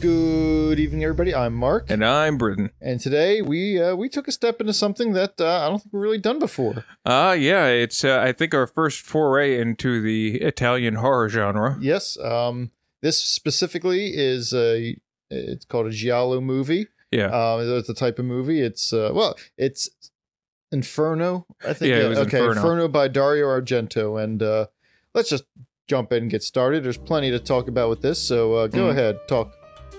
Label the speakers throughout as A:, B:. A: Good evening, everybody. I'm Mark,
B: And I'm Britain.
A: and today we uh, we took a step into something that uh, I don't think we've really done before.
B: Uh, yeah, it's, uh, I think, our first foray into the Italian horror genre.
A: Yes, um, this specifically is a it's called a giallo movie.
B: Yeah.
A: Uh, it's the type of movie. It's uh, well, it's Inferno. I think.
B: Yeah, it was
A: okay,
B: Inferno.
A: by Dario Argento, and uh, let's just jump in and get started. There's plenty to talk about with this, so uh, go
B: Mm.
A: ahead, talk.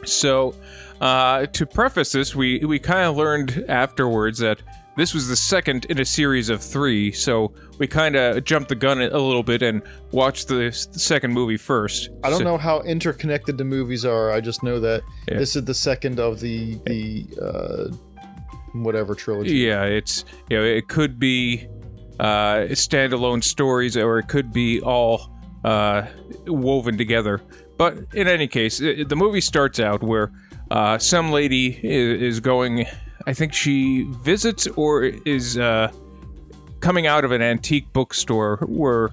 B: So, uh, to preface this, we, we kind of learned afterwards that this was the second in a series of three, so we kind of jumped the gun a little bit and watched the s- second movie first.
A: I don't
B: So-
A: know how interconnected the movies are. I just know that
B: Yeah.
A: this is the second of the the uh, whatever trilogy.
B: Yeah, it's, you know, it could be uh, standalone stories or it could be all uh, woven together. But in any case, i the movie starts out where uh, some lady is, is going, I think she visits or is uh, coming out of an antique bookstore where.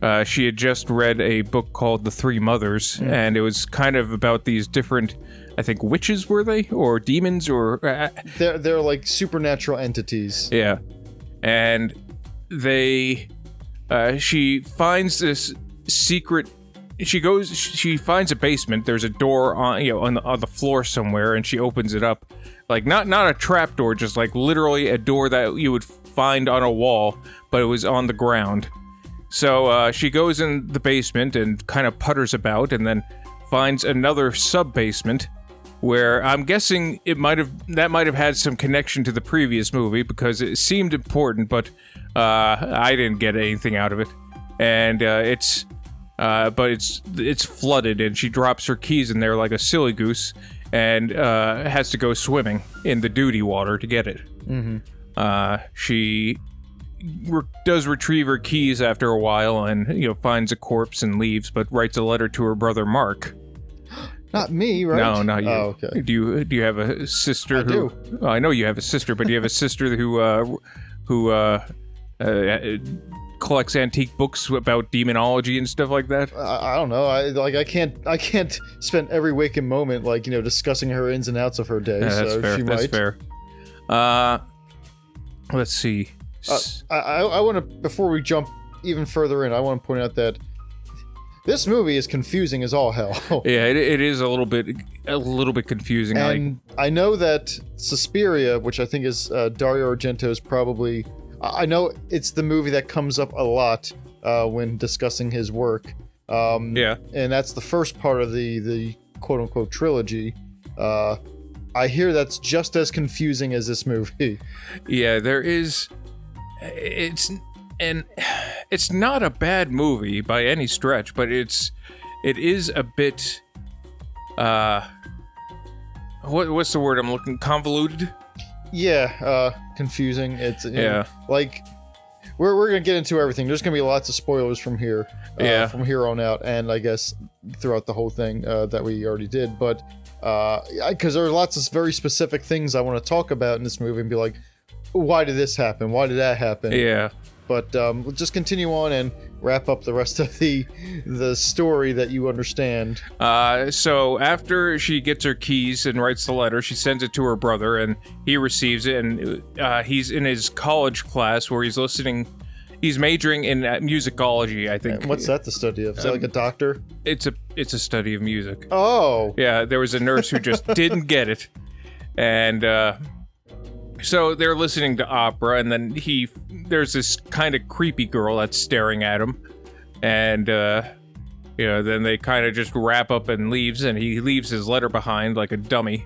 B: Uh, she had just read a book called The Three Mothers, and it was kind of about these different, I think, witches were they, or demons, or uh,
A: They're they're like supernatural entities.
B: yeah. And they uh she finds this secret she goes she finds a basement there's a door on you know on the, on the floor somewhere and she opens it up like not not a trap door just like literally a door that you would find on a wall but it was on the ground so uh, she goes in the basement and kind of putters about and then finds another sub basement where I'm guessing it might have that might have had some connection to the previous movie because it seemed important, but uh, I didn't get anything out of it. And uh, it's uh, but it's it's flooded, and she drops her keys in there like a silly goose, and uh, has to go swimming in the duty water to get it. Uh, she re- does retrieve her keys after a while, and you know finds a corpse and leaves, but writes a letter to her brother Mark.
A: Not me, right?
B: No, not you.
A: Oh, okay.
B: Do you do you have a sister
A: I
B: who? Oh, I know you have a sister, but do you have a sister who uh, who uh, uh, collects antique books about demonology and stuff like that?
A: I, I don't know. I like I can't I can't spend every waking moment like you know discussing her ins and outs of her day.
B: Yeah, that's
A: so
B: fair.
A: she
B: That's
A: might.
B: fair. Uh, let's see.
A: Uh,
B: S-
A: I I, I want to before we jump even further in, I want to point out that this movie is confusing as all hell.
B: yeah, it, it is a little bit a little bit confusing. like,
A: And I know that Suspiria, which I think is uh, Dario Argento's probably, I I know it's the movie that comes up a lot uh, when discussing his work. Um,
B: yeah,
A: And that's the first part of the the quote unquote trilogy. Uh, I hear that's just as confusing as this movie.
B: yeah. There is. It's and it's not a bad movie by any stretch, but it's it is a bit. Uh, what what's the word I'm looking? Convoluted.
A: Yeah, uh, confusing. It's you know,
B: Yeah.
A: like we're we're gonna get into everything. There's gonna be lots of spoilers from here, uh,
B: Yeah.
A: from here on out, and I guess throughout the whole thing uh, that we already did. But because there are lots of very specific things I want to talk about in this movie and be like, why did this happen? Why did that happen?
B: Yeah.
A: But um, we'll just continue on and wrap up the rest of the the story that you understand.
B: Uh, so after she gets her keys and writes the letter, she sends it to her brother, and he receives it. And uh, he's in his college class where he's listening. He's majoring in uh, musicology, I think.
A: And what's that the study of? Is
B: Um,
A: that like a doctor?
B: It's a it's a study of music.
A: Oh,
B: Yeah, there was a nurse who just didn't get it. And uh, so they're listening to opera, and then he there's this kind of creepy girl that's staring at him, and uh, you know then they kind of just wrap up and leaves, and he leaves his letter behind like a dummy.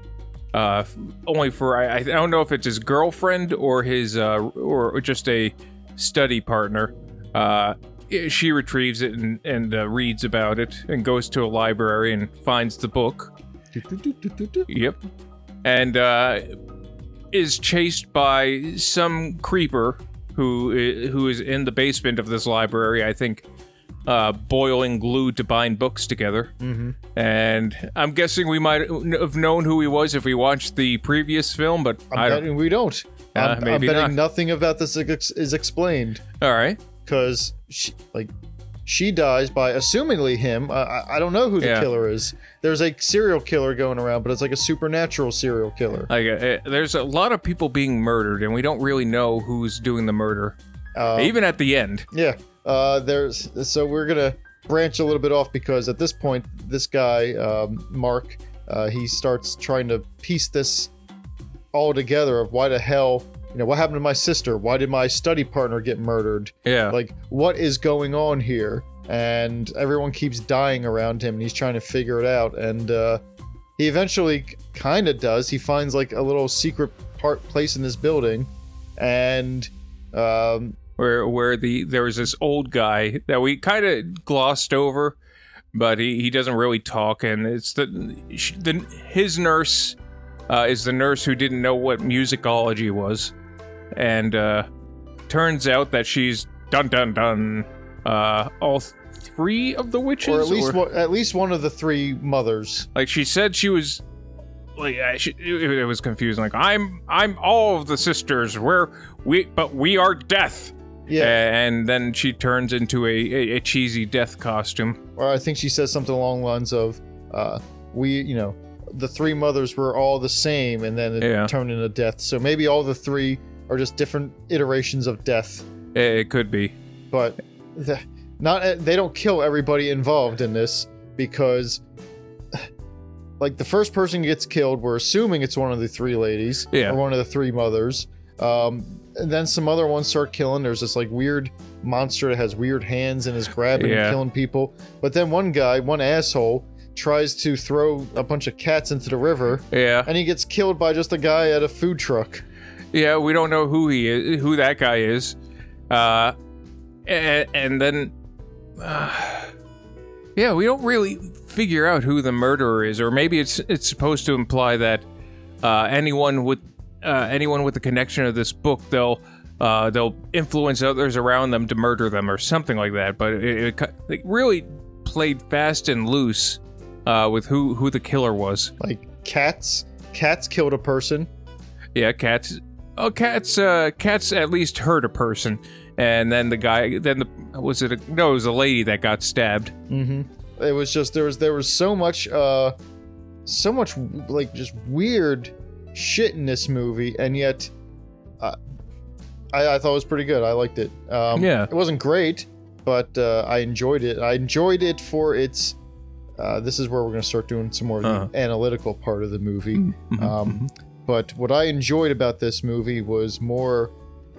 B: Uh, f- only for I, I don't know if it's his girlfriend or his uh, or just a study partner. Uh, i- she retrieves it and, and uh, reads about it and goes to a library and finds the book. Yep. And uh, is chased by some creeper who i- who is in the basement of this library. I think uh, boiling glue to bind books together.
A: Mhm.
B: And I'm guessing we might have known who he was if we watched the previous film, but I'm I
A: I'm
B: do not
A: betting we don't.
B: Uh,
A: I'm, I'm
B: maybe
A: betting nothing about this is ex- is explained
B: All right.
A: because, like, She dies by assumingly him. Uh, I, I don't know who the
B: Yeah.
A: killer is. There's a serial killer going around, but it's like a supernatural serial killer.
B: Like, uh, there's a lot of people being murdered, and we don't really know who's doing the murder.
A: Uh,
B: Even at the end,
A: Yeah. Uh, there's so we're gonna branch a little bit off because at this point, this guy um, Mark, uh, he starts trying to piece this all together of why the hell, you know, what happened to my sister? Why did my study partner get murdered?
B: yeah,
A: Like, what is going on here? And everyone keeps dying around him, and he's trying to figure it out. And uh, he eventually kind of does. He finds like a little secret part place in this building, and um,
B: where where the there was this old guy that we kind of glossed over, but he, he doesn't really talk, and it's the, sh- the his nurse uh, is the nurse who didn't know what musicology was, and uh, turns out that she's dun dun dun uh, all th- three of the witches,
A: or at least one, at least one of the three mothers.
B: like she said she was like I- she, it, it was confusing. Like I'm I'm all of the sisters. We're we but we are death. Eh.
A: Yeah,
B: Uh, And then she turns into a, a, a cheesy death costume.
A: or I think she says something along the lines of, uh, "We, you know, the three mothers were all the same, and then it
B: Yeah.
A: turned into death. So maybe all the three are just different iterations of death,
B: It, Uh, it could be.
A: but the, not they don't kill everybody involved in this because." Like the first person gets killed, we're assuming it's one of the three ladies
B: Yeah.
A: or one of the three mothers. Um, and then some other ones start killing. There's this like weird monster that has weird hands and is grabbing
B: Yeah.
A: and killing people. But then one guy, one asshole, tries to throw a bunch of cats into the river,
B: Yeah.
A: and he gets killed by just a guy at a food truck.
B: Yeah, we don't know who he is, who that guy is. Uh and, and then uh, Yeah, we don't really figure out who the murderer is or maybe it's it's supposed to imply that uh, anyone with uh, anyone with the connection of this book they'll uh, they'll influence others around them to murder them or something like that. But it, it, ki- it really played fast and loose uh, with who who the killer was.
A: Like cats, cats killed a person.
B: Yeah, cats. Oh, cats. Uh, cats at least hurt a person, and then the guy. Then the was it? A, no, it was a lady that got stabbed.
A: hmm It was just there was there was so much, uh, so much like just weird shit in this movie, and yet, uh, I, I thought it was pretty good. I liked it. Um,
B: Yeah.
A: it wasn't great, but uh, I enjoyed it. I enjoyed it for its. Uh, this is where we're going to start doing some more of the
B: Uh-huh.
A: analytical part of the movie.
B: Mm-hmm,
A: Um, but what I enjoyed about this movie was more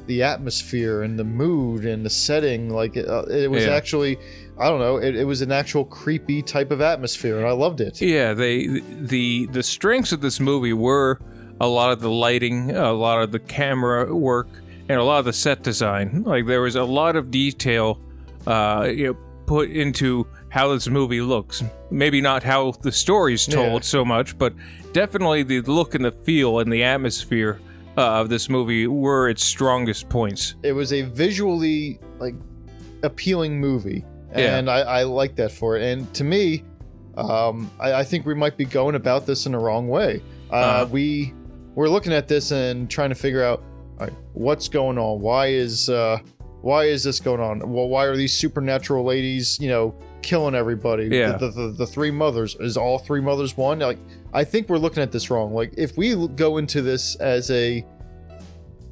A: the atmosphere and the mood and the setting. Like uh, it was
B: Yeah.
A: actually, I don't know, it, it was an actual creepy type of atmosphere, and I loved it.
B: Yeah, they the the strengths of this movie were a lot of the lighting, a lot of the camera work, and a lot of the set design. Like there was a lot of detail, uh, you know, put into how this movie looks. Maybe not how the story's told
A: Yeah.
B: so much, but definitely the look and the feel and the atmosphere uh, of this movie were its strongest points.
A: It was a visually like appealing movie,
B: Yeah.
A: and I, I like that for it. And to me, um, I, I think we might be going about this in the wrong way. Uh,
B: Uh-huh.
A: We we're looking at this and trying to figure out all right, what's going on. Why is uh, why is this going on? Well, why are these supernatural ladies, you know, killing everybody? The-
B: Yeah.
A: The, the, the three mothers is all three mothers one. Like, I think we're looking at this wrong. Like, if we l- go into this as a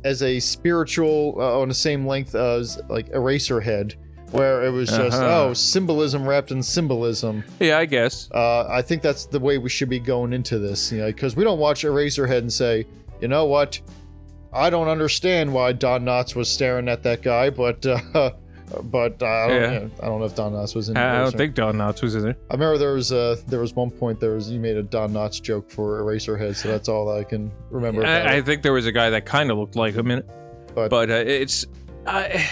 A: as a spiritual uh, on the same length as like Eraserhead, where it was just
B: Uh-huh.
A: oh symbolism wrapped in symbolism.
B: Yeah, I guess.
A: Uh, I think that's the way we should be going into this, you know, because we don't watch Eraserhead and say, you know what, I don't understand why Don Knotts was staring at that guy, but uh, but I don't,
B: Yeah.
A: I don't know if Don Knotts was in.
B: I, I don't
A: Eraserhead.
B: think Don Knotts was in there.
A: I remember there was uh, there was one point there was you made a Don Knotts joke for Eraserhead, so that's all I can remember. About
B: I, I
A: it.
B: think there was a guy that kind of looked like him in it,
A: But-
B: but, uh, it's I,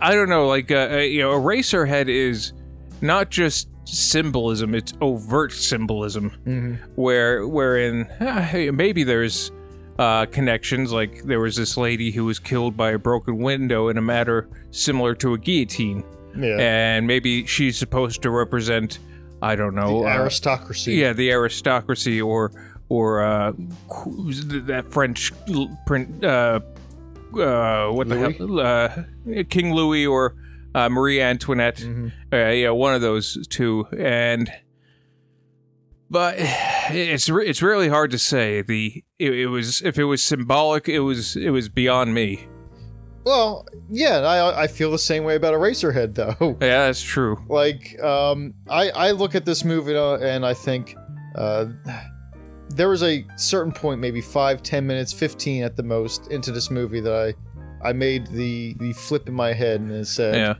B: I don't know. Like uh, uh, you know, Eraserhead is not just symbolism; it's overt symbolism.
A: Mhm.
B: Where wherein uh, hey, maybe there's uh, connections. Like there was this lady who was killed by a broken window in a matter similar to a guillotine,
A: yeah,
B: and maybe she's supposed to represent. I don't know.
A: the
B: uh,
A: aristocracy.
B: yeah, the aristocracy or or uh, qu- that French l- print. Uh, uh, what
A: Louis?
B: the hell? Uh, King Louis or uh, uh, Marie Antoinette,
A: Mm-hmm.
B: uh, yeah, one of those two, and but it's re- it's really hard to say. The it, it was if it was symbolic, it was it was beyond me.
A: Well, yeah, I I feel the same way about Eraserhead though.
B: Yeah, that's true.
A: Like, um, I I look at this movie uh, and I think, uh, there was a certain point, maybe five, ten minutes, fifteen at the most, into this movie that I, I made the the flip in my head and it said,
B: Yeah,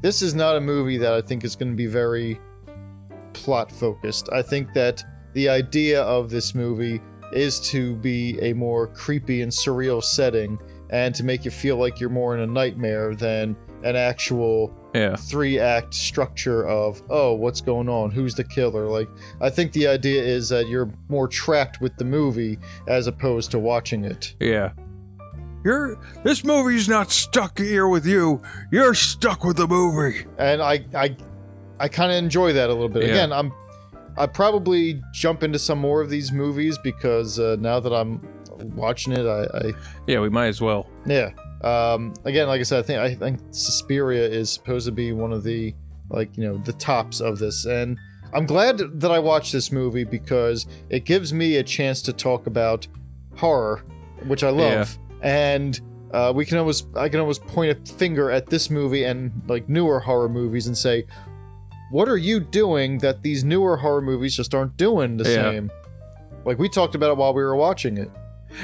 A: this is not a movie that I think is going to be very plot focused. I think that the idea of this movie is to be a more creepy and surreal setting and to make you feel like you're more in a nightmare than an actual
B: yeah,
A: three act structure of oh what's going on who's the killer like i think the idea is that you're more trapped with the movie as opposed to watching it
B: yeah. You're this movie's not stuck here with you. You're stuck with the movie.
A: and I I I kind of enjoy that a little bit.
B: Yeah.
A: Again, I'm I probably jump into some more of these movies because uh, now that I'm watching it, I, I
B: Yeah, we might as well.
A: yeah. Um, again, like I said, I think I think Suspiria is supposed to be one of the like you know the tops of this, and I'm glad that I watched this movie because it gives me a chance to talk about horror, which I love, and uh, we can almost I can almost point a finger at this movie and like newer horror movies and say, what are you doing that these newer horror movies just aren't doing the
B: Yeah.
A: same? Like we talked about it while we were watching it.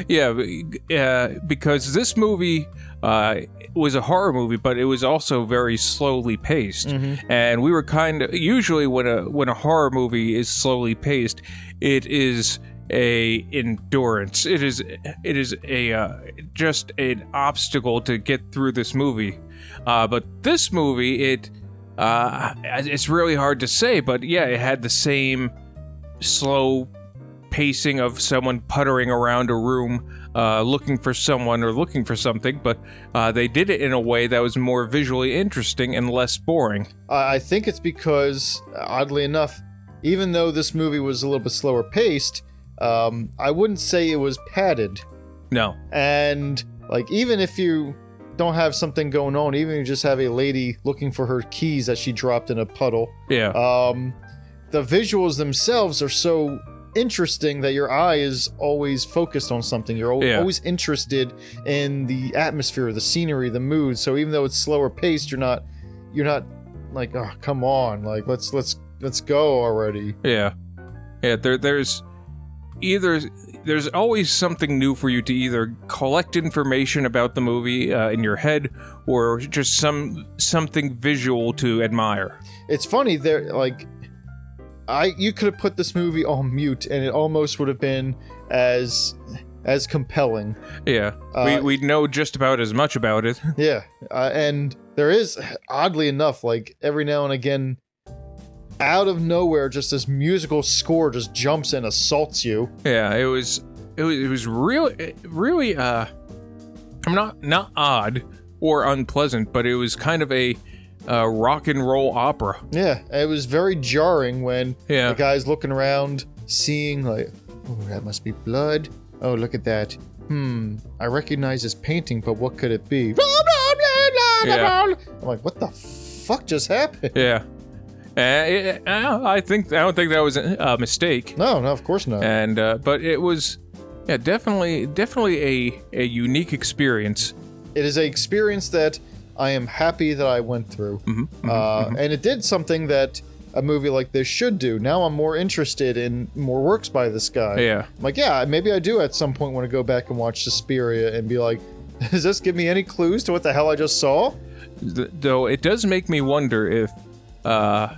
B: Yeah, b- uh, because this movie uh, was a horror movie, but it was also very slowly paced. and we were kind of usually when a when a horror movie is slowly paced it is a endurance it is it is a uh, just an obstacle to get through this movie uh, but this movie it uh, it's really hard to say but yeah it had the same slow pacing of someone puttering around a room uh, looking for someone or looking for something but uh, they did it in a way that was more visually interesting and less boring
A: I I think it's because, oddly enough, even though this movie was a little bit slower paced, um, I wouldn't say it was padded.
B: No.
A: And like, even if you don't have something going on, even if you just have a lady looking for her keys that she dropped in a puddle,
B: Yeah.
A: um, the visuals themselves are so interesting that your eye is always focused on something. You're al-
B: Yeah.
A: always interested in the atmosphere, the scenery, the mood. So even though it's slower paced, you're not, you're not like, oh, come on, like let's let's let's go already.
B: yeah. Yeah. There, there's either there's always something new for you to either collect information about the movie uh, in your head or just some something visual to admire.
A: It's funny there, like. I you could have put this movie on mute and it almost would have been as as compelling.
B: Yeah.
A: Uh,
B: we we know just about as much about it.
A: Yeah, uh, and there is oddly enough, like every now and again, out of nowhere, just this musical score just jumps and assaults you.
B: yeah. It was it was it was really really uh I'm not not odd or unpleasant, but it was kind of a uh, rock and roll opera.
A: Yeah, it was very jarring when
B: Yeah.
A: the guy's looking around, seeing like, oh, that must be blood. Oh, look at that. Hmm, I recognize this painting, but what could it be? Blah, blah, blah, blah, blah, blah. I'm like, what the fuck just happened?
B: Yeah. Uh, it- uh, I think I don't think that was a a mistake.
A: No, no, of course not.
B: And uh, but it was, yeah, definitely, definitely a a unique experience.
A: it is an experience that I am happy that I went through.
B: Mm-hmm,
A: uh, And it did something that a movie like this should do. Now I'm more interested in more works by this guy.
B: Yeah.
A: I'm like, yeah, maybe I do at some point want to go back and watch Suspiria and be like, does this give me any clues to what the hell I just saw?
B: Th- though it does make me wonder if, uh,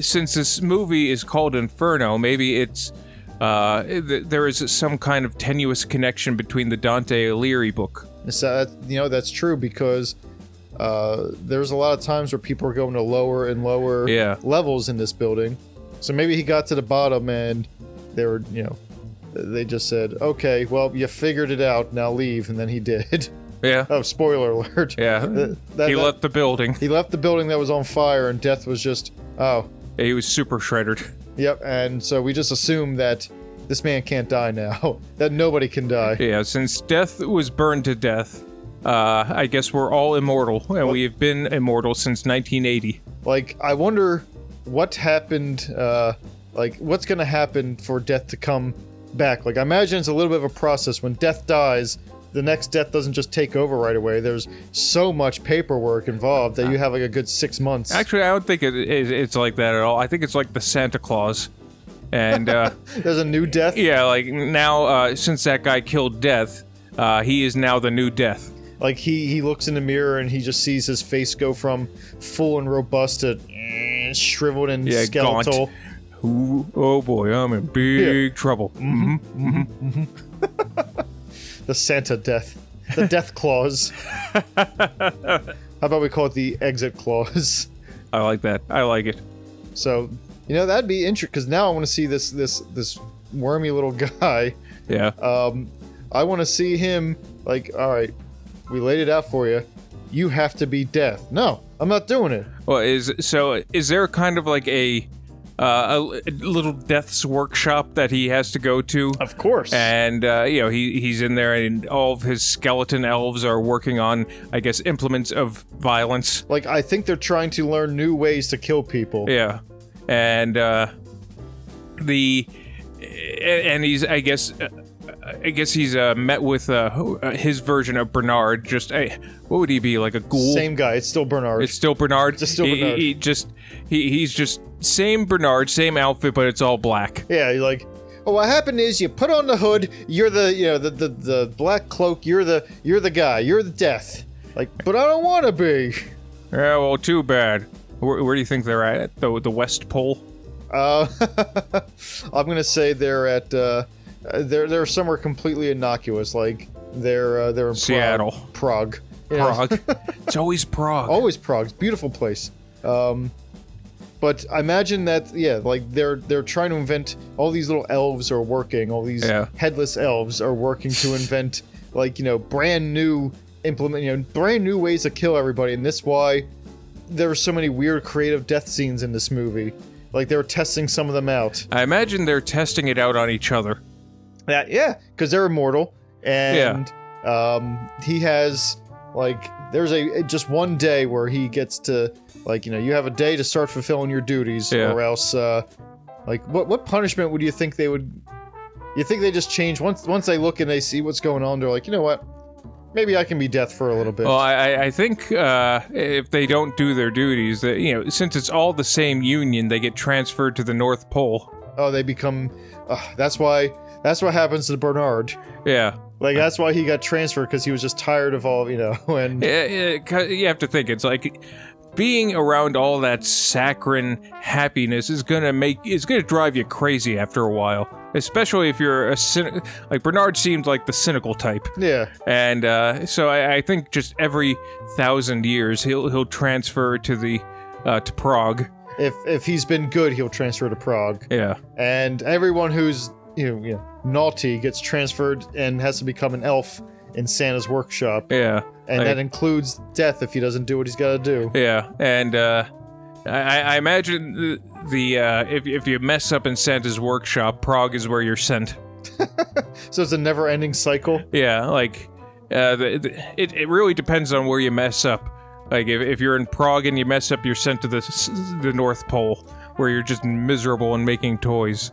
B: since this movie is called Inferno, maybe it's. Uh, th- there is some kind of tenuous connection between the Dante Alighieri book.
A: So that, you know, uh, that's true because uh, there's a lot of times where people are going to lower and lower
B: Yeah.
A: levels in this building. So maybe he got to the bottom and they were, you know, they just said, okay, well, you figured it out. Now leave. And then he did.
B: Yeah,
A: oh, spoiler alert.
B: yeah.
A: Th- that-
B: he
A: that-
B: left the building.
A: he left the building that was on fire and death was just, oh,
B: He was super shredded.
A: yep. And so we just assume that this man can't die now, that nobody can die.
B: Yeah, since death was burned to death, Uh, I guess we're all immortal, and we have been immortal since 1980.
A: Like, I wonder what happened. Uh, like, what's gonna happen for death to come back? Like, I imagine it's a little bit of a process. When death dies, the next death doesn't just take over right away. There's so much paperwork involved that you have like a good six months.
B: Actually, I don't think it, it, it's like that at all. I think it's like the Santa Claus, and uh,
A: There's a new death.
B: yeah, like now uh, since that guy killed Death, uh, he is now the new Death.
A: Like he he looks in the mirror and he just sees his face go from full and robust to eh, shriveled and
B: Yeah, gaunt.
A: skeletal.
B: Ooh, oh boy, I'm in big trouble. hmm
A: The Santa death. The death clause. How about we call it the exit clause?
B: I like that. I like it.
A: So, you know, that'd be interesting because now I want to see this this this wormy little guy.
B: Yeah.
A: Um, I want to see him like, all right, we laid it out for you. You have to be death. No, I'm not doing it.
B: Well, is so? Is there kind of like a uh, a little death's workshop that he has to go to?
A: Of course.
B: And uh, you know he he's in there, and all of his skeleton elves are working on, I guess, implements of violence.
A: like I think they're trying to learn new ways to kill people.
B: Yeah, and uh, the and he's I guess uh, I guess he's uh, met with uh, who- uh, his version of Bernard. Just a what would he be like a ghoul?
A: Same guy. It's still Bernard.
B: It's still Bernard.
A: It's still
B: He- he-
A: Bernard.
B: He, just he, he's just same Bernard, same outfit, but it's all black.
A: Yeah, you're like, oh, what happened is you put on the hood. You're the you know the the, the black cloak. You're the you're the guy. You're the death. Like, but I don't want to be.
B: Yeah, well, too bad. Where, where do you think they're at? The the West Pole.
A: Uh, I'm gonna say they're at uh, they're they're somewhere completely innocuous. Like they're uh, they're in Prague-
B: Seattle.
A: Prague. Oh. You know,
B: Prague. it's always Prague.
A: always Prague's beautiful place. Um, but I imagine that yeah, like they're they're trying to invent all these little elves are working, all these
B: Yeah.
A: headless elves are working to invent like you know brand new implement you know brand new ways to kill everybody, and that's why there are so many weird creative death scenes in this movie. Like they were testing some of them out.
B: I imagine they're testing it out on each other.
A: That yeah, because they're immortal, and um, he has like there's a just one day where he gets to like you know you have a day to start fulfilling your duties,
B: Yeah.
A: or else uh, like what what punishment would you think they would? You think they just change once once they look and they see what's going on? They're like, you know what? Maybe I can be death for a little bit.
B: Well, I, I- I think uh, if they don't do their duties, that you know, since it's all the same union, they get transferred to the North Pole.
A: oh, they become. Uh, that's why. That's what happens to Bernard.
B: Yeah.
A: Like that's why he got transferred because he was just tired of all you know. And
B: Yeah, yeah, 'cause you have to think it's like being around all that saccharine happiness is gonna make is gonna drive you crazy after a while, especially if you're a cyn- like Bernard seemed like the cynical type,
A: yeah,
B: and uh, so I, I think just every thousand years he'll he'll transfer to the uh, to Prague.
A: if if he's been good, he'll transfer to Prague.
B: Yeah,
A: and everyone who's you know, you know, naughty gets transferred and has to become an elf in Santa's workshop,
B: yeah,
A: and
B: Like-
A: that includes death if he doesn't do what he's got to do.
B: yeah, and uh, I, I imagine the, the uh, if if you mess up in Santa's workshop, Prague is where you're sent.
A: So it's a never-ending cycle.
B: Yeah, like uh, the, the, it, it really depends on where you mess up. Like if, if you're in Prague and you mess up, you're sent to the s- the North Pole where you're just miserable and making toys.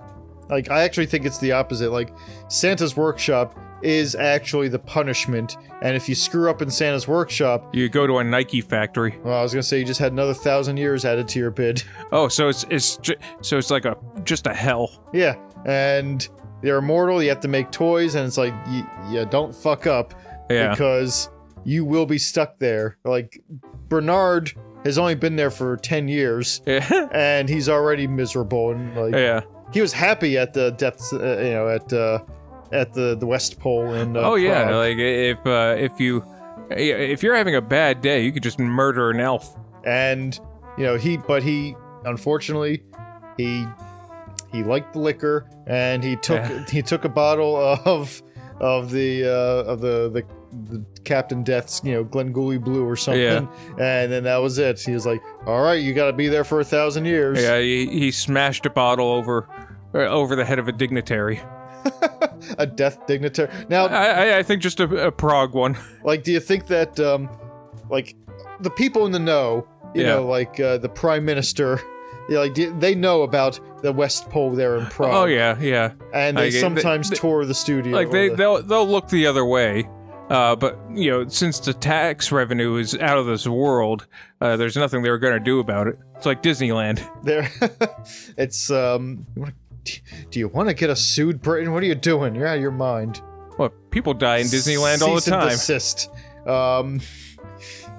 A: Like I actually think it's the opposite. Like Santa's workshop is actually the punishment, and if you screw up in Santa's workshop,
B: You go to a Nike factory.
A: well, I was gonna say you just had another thousand years added to your bid.
B: Oh, so it's it's ju- so it's like a just a hell.
A: yeah, and you're immortal. You have to make toys, and it's like you, you don't fuck up.
B: Yeah,
A: because you will be stuck there. Like Bernard has only been there for 10 years
B: yeah,
A: and he's already miserable and like
B: yeah.
A: he was happy at the depths uh, you know at uh, at the, the West Pole and uh,
B: oh yeah,
A: Prague.
B: like if uh, if you if you're having a bad day, you could just murder an elf.
A: and you know he but he unfortunately he he liked the liquor and he took
B: Yeah.
A: he took a bottle of of the uh, of the, the the Captain Death's you know Glengooly Blue or something
B: Yeah.
A: and then that was it he was like all right you got to be there for a thousand years
B: Yeah, he, he smashed a bottle over uh, over the head of a dignitary.
A: a death dignitary. Now,
B: I, I- I think just a, a Prague one.
A: like do you think that um like the people in the know you
B: Yeah.
A: know like uh, the prime minister you know, like do- they know about the west pole there in prague
B: Oh yeah, yeah.
A: and they
B: Like, they-
A: sometimes
B: they-
A: tour the studio
B: Like
A: or
B: they
A: the-
B: they'll they'll look the other way. Uh, but you know, since the tax revenue is out of this world, uh, there's nothing they're gonna do about it. It's like Disneyland.
A: they're it's um you wanna- do you want to get us sued britain what are you doing you're out of your mind
B: Well, people die in Disneyland all the
A: Cease and
B: time.
A: desist. Um,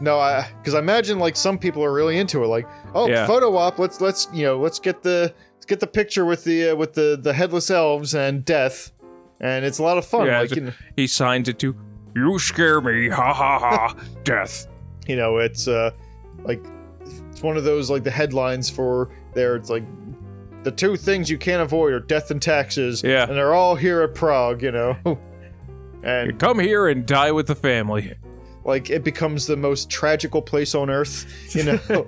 A: no, I because I imagine like some people are really into it. Like, oh,
B: Yeah.
A: photo op. Let's let's you know let's get the let's get the picture with the uh, with the the headless elves and death, and it's a lot of fun.
B: Yeah,
A: like
B: it's-
A: you know,
B: He signs it to, "You scare me, ha ha ha, death."
A: you know, it's uh like it's one of those like the headlines for there. It's like the two things you can't avoid are death and taxes.
B: Yeah.
A: and they're all here at Prague. You know, and
B: Come here and die with the family.
A: like it becomes the most tragical place on earth you know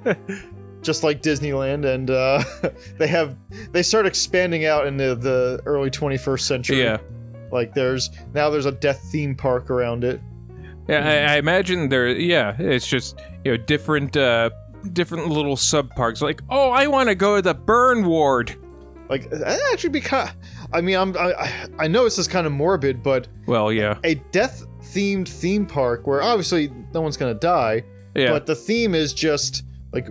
A: just like disneyland and uh, they have they start expanding out into the early 21st century
B: Yeah,
A: like there's now there's a death theme park around it
B: yeah. I, I imagine there. Yeah, it's just you know different, uh, different little sub parks. Like, oh, I want to go to the burn ward.
A: like that actually be kind i mean i'm I- i i know this is kind of morbid but
B: Well, yeah,
A: a death themed theme park where obviously no one's gonna die
B: yeah.
A: but the theme is just like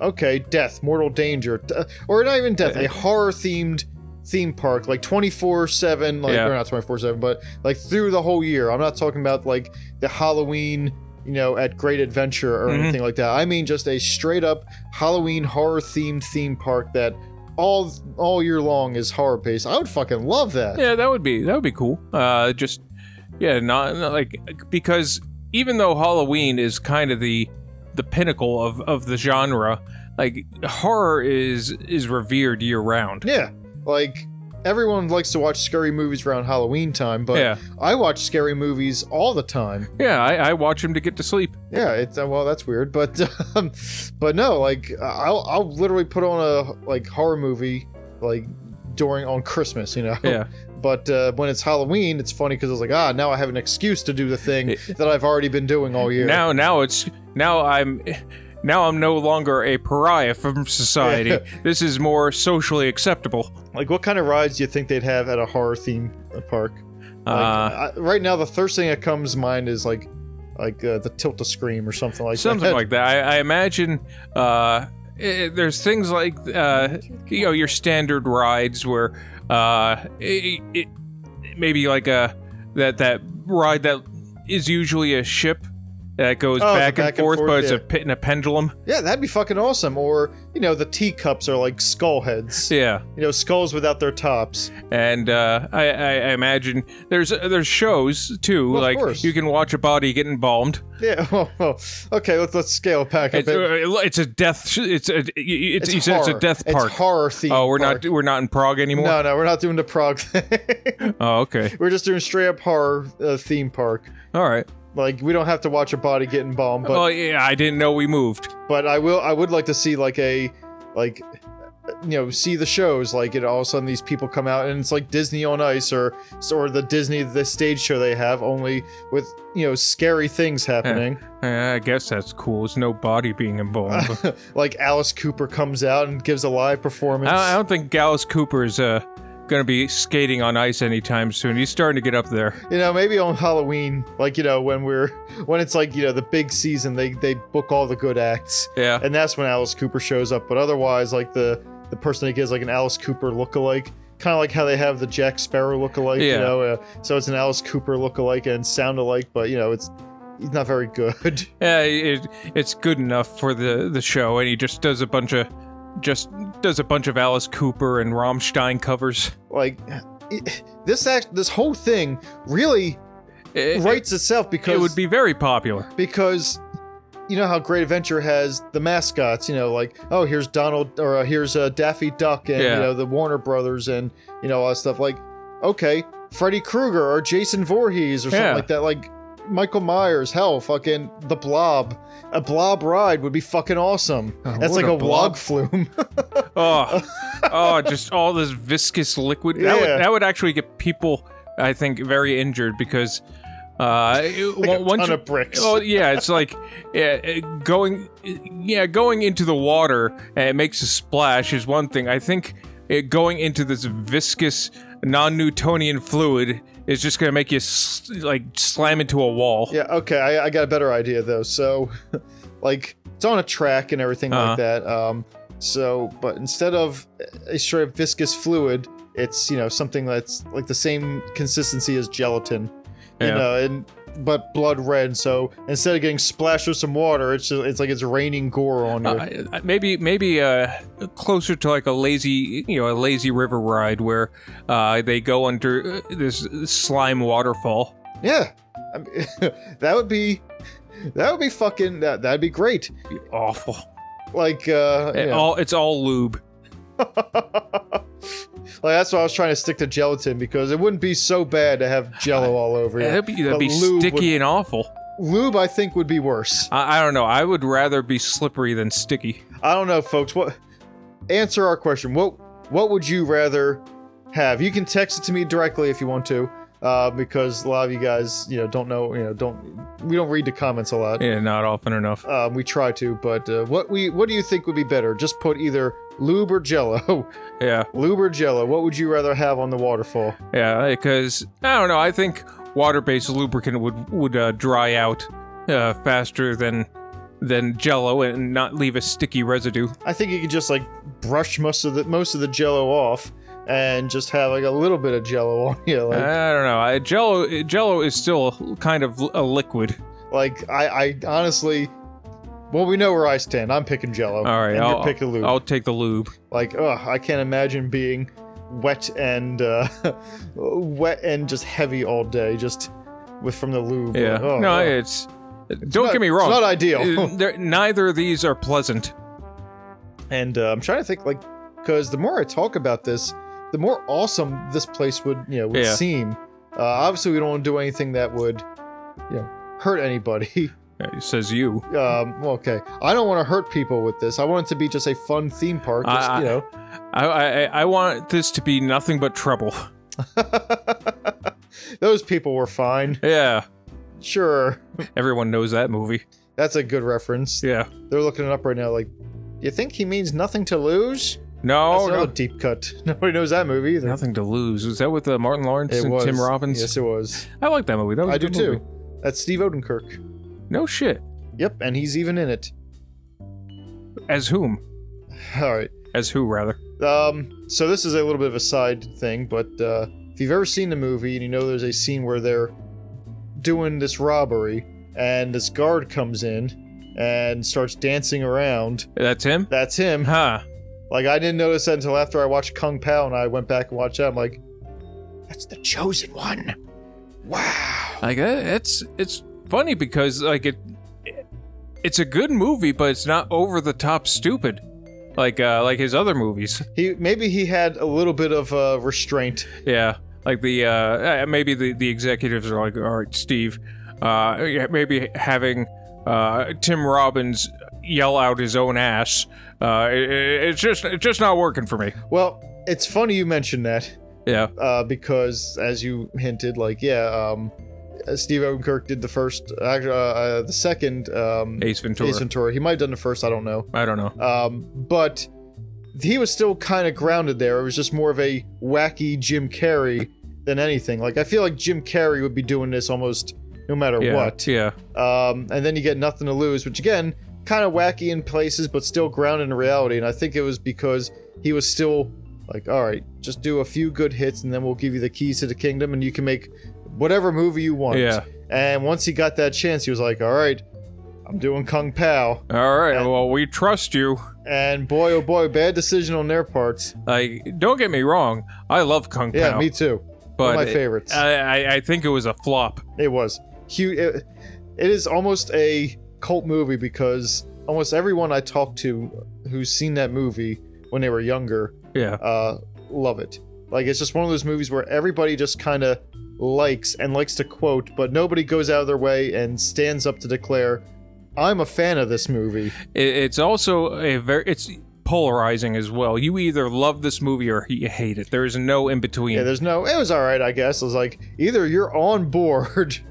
A: okay death mortal danger d- or not even death a horror themed theme park like 24-7 like
B: Yeah.
A: or not 24-7 but like through the whole year i'm not talking about like the halloween you know at great adventure or
B: Mhm.
A: anything like that i mean just a straight up halloween horror themed theme park that all all year long is horror based i would fucking love that
B: Yeah, that would be that would be cool. Uh, just yeah, not, not like because even though Halloween is kind of the the pinnacle of of the genre, like horror is is revered year round.
A: yeah like everyone likes to watch scary movies around halloween time but
B: yeah,
A: i watch scary movies all the time
B: yeah. I, I watch him to get to sleep.
A: Yeah, it's uh, well, that's weird, but um, but no, like I'll I'll literally put on a like horror movie like during on Christmas, you know.
B: Yeah,
A: But uh, when it's Halloween, it's funny because it's like ah, now I have an excuse to do the thing that I've already been doing all year.
B: Now, now it's now I'm now I'm no longer a pariah from society. this is more socially acceptable.
A: like, what kind of rides do you think they'd have at a horror theme park? Like,
B: uh,
A: I, right now, the first thing that comes to mind is like like uh, the tilt a scream or something like
B: something
A: that.
B: like that. I, I imagine uh, eh, there's things like uh, you know your standard rides where uh, it, it, maybe like a that that ride that is usually a ship that goes
A: Oh, the
B: back, and, forth, but it's
A: yeah.
B: a pit and a pendulum.
A: yeah, that'd be fucking awesome. Or you know, the teacups are like skull heads.
B: Yeah.
A: You know, skulls without their tops.
B: and uh, I, I, I imagine there's uh, there's shows too.
A: Well, of
B: like
A: course.
B: you can watch a body get embalmed.
A: Yeah. Well, well okay. Let's let's scale it back a
B: It's, uh,
A: bit.
B: it's a death. sh- It's a it's, it's, you said it's a
A: horror.
B: death park.
A: It's horror theme.
B: oh, we're
A: park.
B: not we're not in Prague anymore.
A: No, no, we're not doing the Prague thing.
B: Oh, okay.
A: we're just doing straight up horror uh, theme park.
B: All right.
A: Like we don't have to watch a body get embalmed, but
B: well, yeah, I didn't know we moved.
A: but I will. I would like to see like a like you know see the shows like it all of a sudden these people come out and it's like disney on ice or or the disney the stage show they have only with you know scary things happening
B: Eh, I guess that's cool. There's no body being embalmed.
A: like alice cooper comes out and gives a live performance
B: I, I don't think Gallus Cooper is uh, going to be skating on ice anytime soon. He's starting to get up there.
A: You know, maybe on Halloween, like you know, when we're when it's like you know the big season, they they book all the good acts,
B: Yeah.
A: and that's when Alice Cooper shows up. But otherwise, like the the person that gives like an Alice Cooper lookalike, kind of like how they have the Jack Sparrow lookalike,
B: Yeah.
A: you know. Uh, so it's an Alice Cooper lookalike and sound alike, but you know, it's he's not very good.
B: Yeah, it, it's good enough for the the show, and he just does a bunch of just does a bunch of Alice Cooper and Rammstein covers.
A: like it, this act, this whole thing really
B: It,
A: writes itself
B: it
A: because
B: would be very popular.
A: because you know how Great Adventure has the mascots, you know, like oh here's Donald or uh, here's uh, Daffy Duck and
B: Yeah.
A: you know the Warner Brothers and you know all that stuff. Like okay, Freddy Krueger or Jason Voorhees or something
B: Yeah.
A: like that. Like Michael Myers, hell, fucking the Blob. A Blob ride would be fucking awesome.
B: Oh,
A: That's
B: what
A: like
B: a
A: a,
B: Blob.
A: log flume.
B: Oh, oh, just all this viscous liquid. That would
A: Yeah.
B: that would actually get people. I think very injured because uh, it-
A: Like
B: on-
A: a
B: once
A: ton
B: you-
A: of bricks.
B: Oh yeah, it's like yeah, it- going yeah going into the water and it makes a splash is one thing. I think it, going into this viscous non-Newtonian fluid is just gonna make you s- like slam into a wall.
A: Yeah, okay, I, I got a better idea though. So, like, it's on a track and everything
B: Uh-huh.
A: like that. Um, so, but instead of a straight up viscous fluid, it's you know something that's like the same consistency as gelatin, you
B: Yeah.
A: know, and but blood red. So instead of getting splashed with some water, it's just, it's like it's raining gore on you.
B: Uh, I- I- maybe maybe uh, closer to like a lazy you know a lazy river ride where uh, they go under uh, this slime waterfall.
A: yeah, I mean, that would be that would be fucking that that'd be great.
B: Awful.
A: Like, uh,
B: It
A: yeah.
B: all it's all lube.
A: like that's why I was trying to stick to gelatin because it wouldn't be so bad to have Jello all over you.
B: That'd Uh, be, that'd
A: But
B: be
A: lube
B: sticky
A: would-
B: and awful.
A: Lube, I think, would be worse.
B: I, I don't know. I would rather be slippery than sticky.
A: I don't know, folks. What? Answer our question. What? What would you rather have? You can text it to me directly if you want to, uh, because a lot of you guys, you know, don't know, you know, don't. We don't read the comments a lot.
B: Yeah, not often enough.
A: Um, we try to, but uh, what we what do you think would be better? Just put either lube or Jello.
B: Yeah,
A: lube or Jello. What would you rather have on the waterfall?
B: yeah. Because I don't know. I think water-based lubricant would would uh, dry out uh, faster than than Jello and not leave a sticky residue.
A: I think you could just like brush most of the most of the jello off and just have like a little bit of jello on you. Like,
B: I don't know. I, Jello Jello is still kind of a liquid.
A: like I, I honestly, well, we know where I stand. I'm picking jello.
B: All right,
A: and
B: I'll
A: you're picking lube.
B: I'll take the lube.
A: like, ugh, I can't imagine being wet and uh, wet and just heavy all day, just with from the lube.
B: Yeah.
A: Like, oh,
B: no,
A: ugh.
B: it's.
A: It's
B: Don't
A: not-
B: get me wrong.
A: It's not ideal.
B: Uh, they're- neither of these are pleasant.
A: and uh, I'm trying to think, like, because the more I talk about this, the more awesome this place would, you know, would
B: Yeah.
A: seem. Uh, obviously, we don't want to do anything that would, you know, hurt anybody.
B: Uh, Says you.
A: um, well, okay, I don't want to hurt people with this. I want it to be just a fun theme park. Just,
B: I-
A: you know,
B: I, I I want this to be nothing but trouble.
A: those people were fine.
B: Yeah.
A: Sure,
B: Everyone knows that movie.
A: that's a good reference.
B: Yeah.
A: They're looking it up right now. Like, you think he means nothing to lose? That's
B: No,
A: another
B: Oh, no-
A: deep cut. Nobody knows that movie either.
B: nothing to lose. Was that with uh, Martin Lawrence
A: It
B: and
A: was.
B: Tim Robbins?
A: Yes, it was.
B: I like that movie. That was a
A: I do
B: good
A: too.
B: movie.
A: That's Steve Odenkirk.
B: No shit.
A: Yep, and he's even in it.
B: As whom?
A: All right.
B: As who rather?
A: Um, so this is a little bit of a side thing, but uh, if you've ever seen the movie and you know there's a scene where they're doing this robbery and this guard comes in and starts dancing around,
B: That's him.
A: that's him.
B: Huh.
A: Like I didn't notice that until after I watched Kung Pao and I went back and watched that. I'm like, that's the chosen one. Wow.
B: Like that, it's it's funny because like it, it's a good movie, but it's not over the top stupid, like uh like his other movies.
A: He maybe he had a little bit of uh, restraint.
B: Yeah, like the uh, uh, maybe the the executives are like, all right, Steve, uh, yeah, maybe having uh, Tim Robbins yell out his own ass, uh, it, it- it's just it's just not working for me.
A: Well, it's funny you mentioned that.
B: Yeah,
A: uh, because as you hinted, like yeah, um, Steve Odenkirk did the first, uh, uh, the second um,
B: Ace Ventura.
A: Ace Ventura. He might have done the first, I don't know,
B: I don't know.
A: um, but he was still kind of grounded there. It was just more of a wacky Jim Carrey than anything. Like I feel like Jim Carrey would be doing this almost no matter
B: Yeah,
A: what.
B: Yeah,
A: Um, and then you get nothing to lose, which again, kind of wacky in places, but still grounded in reality. And I think it was because he was still like, all right, just do a few good hits, and then we'll give you the keys to the kingdom, and you can make whatever movie you want.
B: Yeah.
A: And once he got that chance, he was like, all right, I'm doing Kung Pao.
B: all right.
A: And-
B: well, we trust you.
A: And boy, oh boy, bad decision on their parts.
B: Like, don't get me wrong. I love Kung
A: Yeah,
B: Pao,
A: me too. One
B: but
A: of
B: it-
A: my favorites.
B: I, I I think it was a flop.
A: It was huge. It, it is almost a cult movie because almost everyone I talk to who's seen that movie when they were younger
B: Yeah,
A: uh, love it. Like it's just one of those movies where everybody just kind of likes and likes to quote, but nobody goes out of their way and stands up to declare, "I'm a fan of this movie."
B: it, it's also a very it's polarizing as well. You either love this movie or you hate it. There is no in between.
A: Yeah, there's no. It was all right, I guess. It was like either you're on board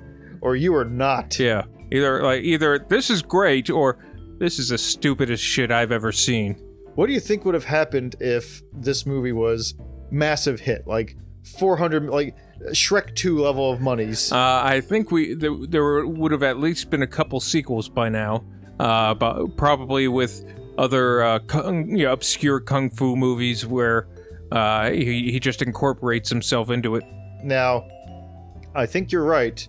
A: or you are not.
B: Yeah. Either like either this is great or this is the stupidest shit I've ever seen.
A: What do you think would have happened if this movie was massive hit, like 400, like Shrek 2 level of monies?
B: Uh, I think we there, there were- would have at least been a couple sequels by now, uh, but probably with other uh, kung, you know, obscure kung fu movies where uh, he, he just incorporates himself into it.
A: now, I think you're right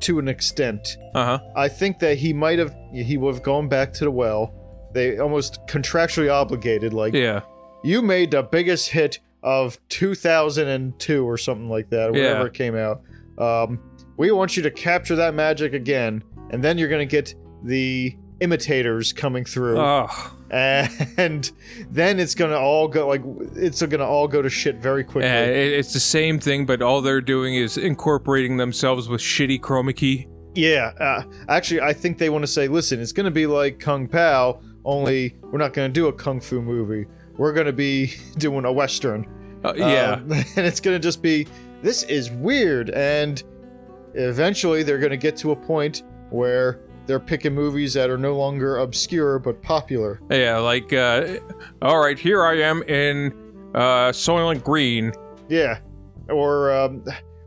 A: to an extent.
B: Uh huh.
A: I think that he might have he would have gone back to the well. They almost contractually obligated, like
B: Yeah.
A: you made the biggest hit of 2002 or something like that, or whatever
B: Yeah.
A: it came out. Um, we want you to capture that magic again, and then you're gonna get the imitators coming through,
B: Oh,
A: and then it's gonna all go like it's gonna all go to shit very quickly.
B: it's the same thing, but all they're doing is incorporating themselves with shitty chroma key.
A: Yeah, uh, actually, I think they want to say, listen, it's going to be like Kung Pao, only we're not going to do a kung fu movie. We're going to be doing a western.
B: Uh, yeah,
A: Um, and it's going to just be, this is weird. And eventually, they're going to get to a point where they're picking movies that are no longer obscure but popular.
B: yeah. Like, uh, all right, here I am in uh, Soylent Green.
A: Yeah, or um,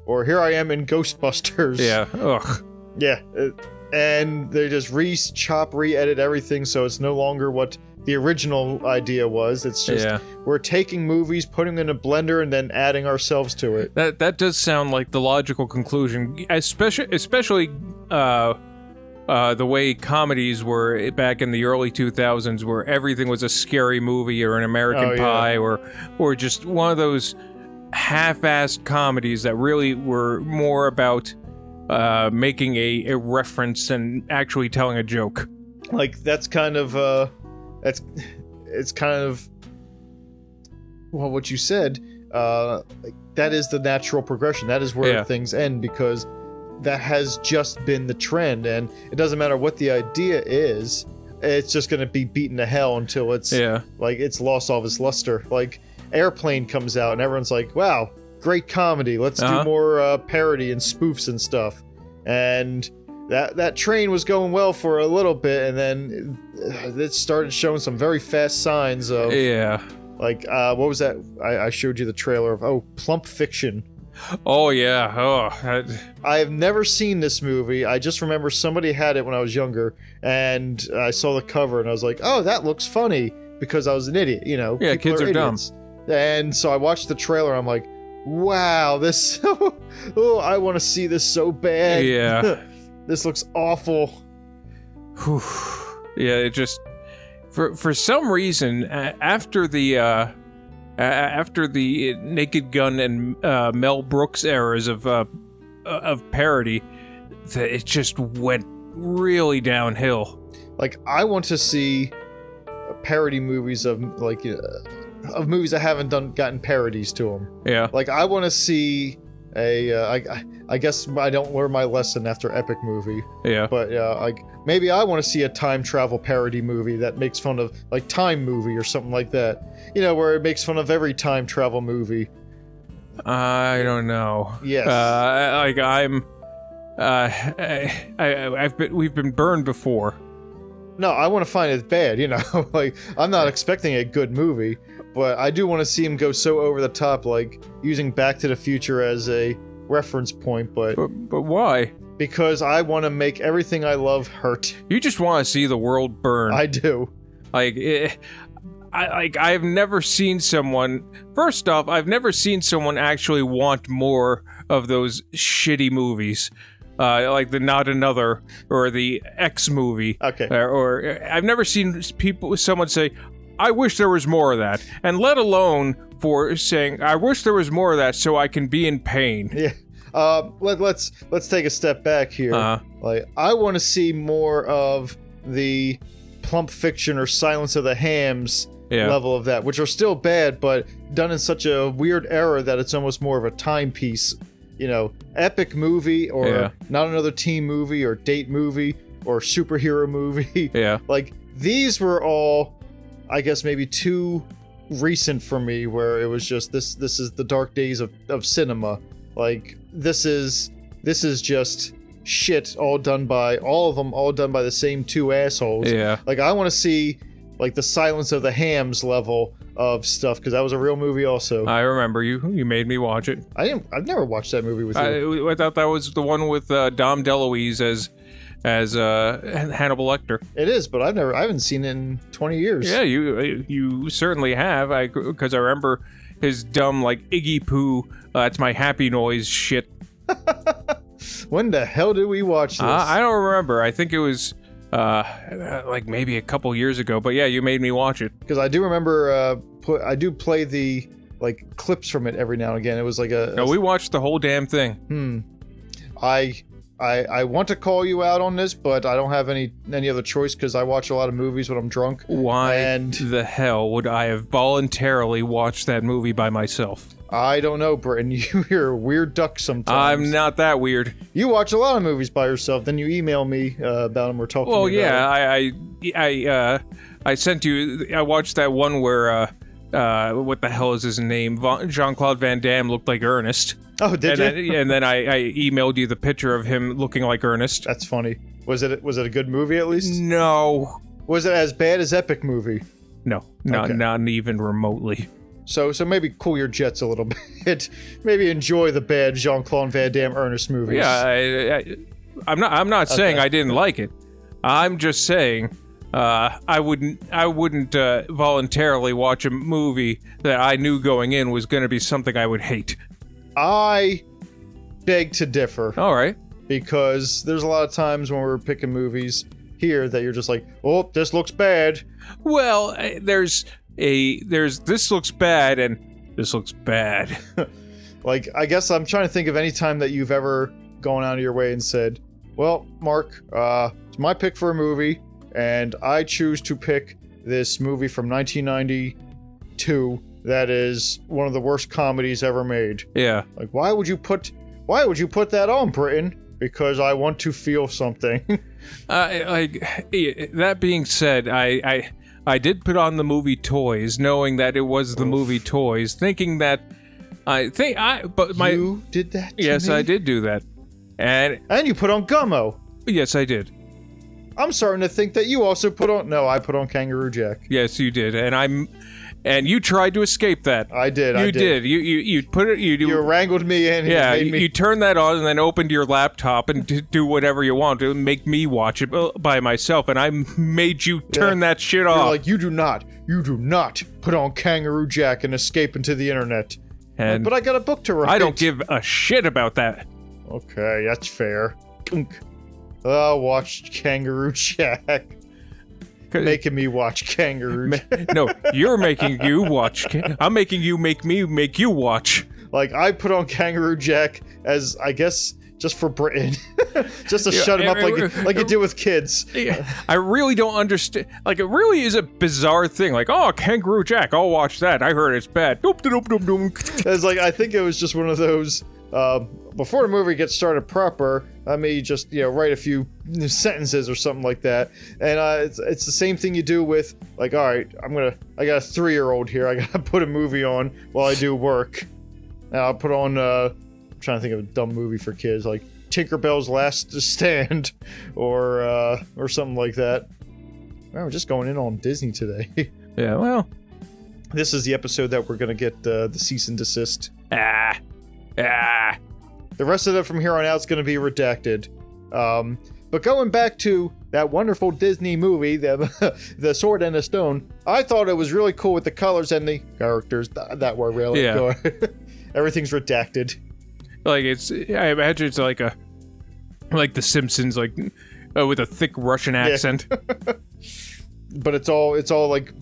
A: or here I am in Ghostbusters.
B: Yeah. Ugh.
A: Yeah, uh, and they just re chop, re edit everything, so it's no longer what the original idea was. It's just
B: yeah.
A: we're taking movies, putting them in a blender, and then adding ourselves to it.
B: That that does sound like the logical conclusion, especially especially uh, uh, the way comedies were back in the early 2000s, where everything was a scary movie or an American
A: Oh, yeah.
B: Pie or or just one of those half-assed comedies that really were more about uh, making a, a reference and actually telling a joke.
A: Like that's kind of uh, that's it's kind of well what you said. Uh, like, that is the natural progression. That is where
B: Yeah.
A: things end because that has just been the trend, and it doesn't matter what the idea is. It's just going to be beaten to hell until it's
B: Yeah,
A: like it's lost all of its luster like airplane comes out and everyone's like wow great comedy let's
B: Uh-huh.
A: do more uh, parody and spoofs and stuff and that that train was going well for a little bit and then uh, it started showing some very fast signs of
B: yeah.
A: like uh, what was that I, I showed you the trailer of oh plump fiction
B: Oh yeah. Oh, that-
A: I have never seen this movie. I just remember somebody had it when I was younger, and I saw the cover and I was like, "Oh, that looks funny," because I was an idiot, you know.
B: Yeah, kids are dumb.
A: dumb. And so I watched the trailer. I'm like, "Wow, this! oh, I want to see this so bad.
B: yeah.
A: this looks awful."
B: Whew. Yeah, it just for for some reason a- after the uh, a- after the Naked Gun and uh, Mel Brooks eras of uh, of parody, th- it just went really downhill.
A: Like, I want to see parody movies of like uh, of movies that haven't done gotten parodies to them.
B: Yeah,
A: Like I want to see a. Uh, I- I, I guess I don't learn my lesson after epic movie,
B: yeah,
A: but uh, like maybe I want to see a time travel parody movie that makes fun of like time movie or something like that. You know, where it makes fun of every time travel movie.
B: I don't know.
A: Yes.
B: Uh, I- like I'm. Uh, I, I, I've been, we've been burned before.
A: No, I want to find it bad. You know, like I'm not expecting a good movie, but I do want to see him go so over the top, like using Back to the Future as a reference point, but
B: But, but why?
A: because I want to make everything I love hurt.
B: You just want to see the world burn.
A: I do.
B: Like, it, I like I've never seen someone. First off, I've never seen someone actually want more of those shitty movies, uh, like the Not Another or the X movie,
A: Okay.
B: or, or eh, I've never seen people someone say, "I wish there was more of that," and let alone for saying, "I wish there was more of that," so I can be in pain.
A: Yeah. Uh, let, let's let's take a step back here.
B: Uh,
A: like, I want to see more of the plump fiction or Silence of the Hams
B: yeah.
A: level of that, which are still bad, but done in such a weird era that it's almost more of a timepiece. You know, epic movie or
B: Yeah.
A: not another teen movie or date movie or superhero movie.
B: yeah.
A: like these were all I guess maybe too recent for me where it was just this this is the dark days of, of cinema. Like this is this is just shit all done by all of them all done by the same two assholes.
B: Yeah.
A: Like I want to see like the Silence of the Hams level of stuff because that was a real movie also.
B: I remember you. You made me watch it.
A: I didn't I've never watched that movie with you.
B: I, I thought that was the one with uh, Dom DeLuise as as uh, Han- Hannibal Lecter.
A: it is, but I've never I haven't seen it in 20 years.
B: Yeah, you uh, you certainly have. I because I remember his dumb like Iggy Poo. Uh, it's my happy noise shit.
A: When the hell did we watch this?
B: Uh, I don't remember. I think it was uh, like maybe a couple years ago. But yeah, you made me watch it.
A: because I do remember uh put I do play the like clips from it every now and again. It was like a
B: No, we watched the whole damn thing.
A: hmm. I I I want to call you out on this, but I don't have any any other choice because I watch a lot of movies when I'm drunk.
B: Why
A: And-
B: the hell would I have voluntarily watched that movie by myself?
A: I don't know, Britton. You're a weird duck sometimes.
B: I'm not that weird.
A: You watch a lot of movies by yourself. Then you email me uh, about them or talk.
B: Well,
A: to me about
B: yeah,
A: it.
B: I, I, I, uh, I sent you. I watched that one where, uh, uh, what the hell is his name? Jean Claude Van Damme looked like Ernest,
A: Oh, did
B: and
A: you?
B: then, and then I, I emailed you the picture of him looking like Ernest.
A: That's funny. Was it was it a good movie at least?
B: Mm. No,
A: Was it as bad as Epic Movie?
B: no, not
A: Okay.
B: not even remotely.
A: So so maybe cool your jets a little bit. maybe enjoy the bad Jean Claude Van Damme Ernest movies.
B: Yeah, I, I, I'm not. I'm not saying I didn't like it. I'm just saying. Uh, I wouldn't. I wouldn't uh, voluntarily watch a movie that I knew going in was going to be something I would hate.
A: I beg to differ.
B: All right.
A: because there's a lot of times when we're picking movies here that you're just like, oh, this looks bad.
B: Well, uh, there's a there's this looks bad and this looks bad.
A: Like, I guess I'm trying to think of any time that you've ever gone out of your way and said, well, Mark, uh, it's my pick for a movie, and I choose to pick this movie from 1992 that is one of the worst comedies ever made.
B: Yeah.
A: Like, why would you put, why would you put that on, Britain? Because I want to feel something.
B: Uh, like eh, that being said, I I I did put on the movie Toys, knowing that it was the movie Toys, thinking that I think I but my
A: you did that. to
B: yes I
A: me?
B: did do that, and
A: And you put on Gummo.
B: yes I did.
A: I'm starting to think that you also put on. No, I put on Kangaroo Jack.
B: Yes you did, and I'm and you tried to escape that.
A: I did. I
B: you
A: did.
B: You you you put it. You do.
A: You wrangled me in.
B: Yeah,
A: you made
B: you,
A: me-
B: you turn that on and then open your laptop and d- do whatever you want to make me watch it b- by myself. And I made you turn that shit
A: you're
B: off.
A: like you do not, you do not put on Kangaroo Jack and escape into the internet.
B: and
A: But I got a book to write.
B: I don't give a shit about that.
A: Okay, that's fair. Kunk. I watched Kangaroo Jack,
B: 'Cause-
A: making me watch Kangaroo. Jack.
B: no, you're making you watch. I'm making you make me make you watch.
A: Like I put on Kangaroo Jack as I guess just for Britain, just to shut him up like like you did with kids.
B: I really don't understand. Like, it really is a bizarre thing. Like, oh, Kangaroo Jack, I'll watch that. I heard it's bad. Doop, doop, doop, doop, doop.
A: It's like I think it was just one of those. Uh, before the movie gets started proper, I may just you know write a few sentences or something like that, and uh, it's it's the same thing you do with like all right, I'm gonna I got a three year old here, I gotta put a movie on while I do work, and I'll put on uh, I'm trying to think of a dumb movie for kids like Tinkerbell's Last Stand or uh, or something like that. Man, we're just going in on Disney today.
B: Yeah, well,
A: this is the episode that we're gonna get uh, the cease and desist.
B: ah, ah.
A: The rest of it from here on out is going to be redacted. Um, but going back to that wonderful Disney movie, the the Sword and the Stone, I thought it was really cool with the colors and the characters th- that were really
B: Yeah.
A: cool. Everything's redacted.
B: like it's i imagine it's like a like the simpsons like uh, with a thick russian accent
A: but it's all it's all like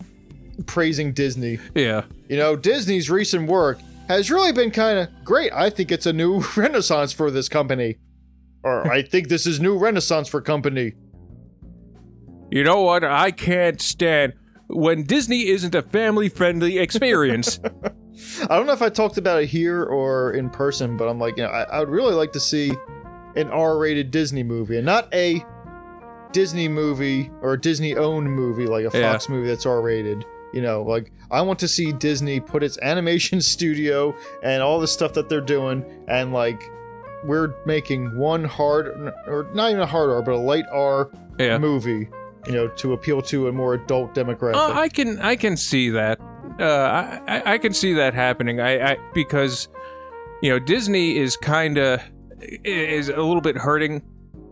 A: praising Disney.
B: yeah
A: You know, Disney's recent work has really been kind of great. I think it's a new renaissance for this company. Or I think this is new renaissance for company.
B: you know what i can't stand when disney isn't a family friendly experience
A: I don't know if I talked about it here or in person, but I'm like, you know, I, I would really like to see an R-rated Disney movie, and not a Disney movie or a Disney-owned movie like a
B: Yeah.
A: Fox movie that's R-rated. You know, like I want to see Disney put its animation studio and all the stuff that they're doing, and like we're making one hard or not even a hard R, but a light R
B: Yeah.
A: movie. You know, to appeal to a more adult demographic.
B: Uh, I can I can see that. Uh, I I- I can see that happening. I, I because you know Disney is kind of is a little bit hurting,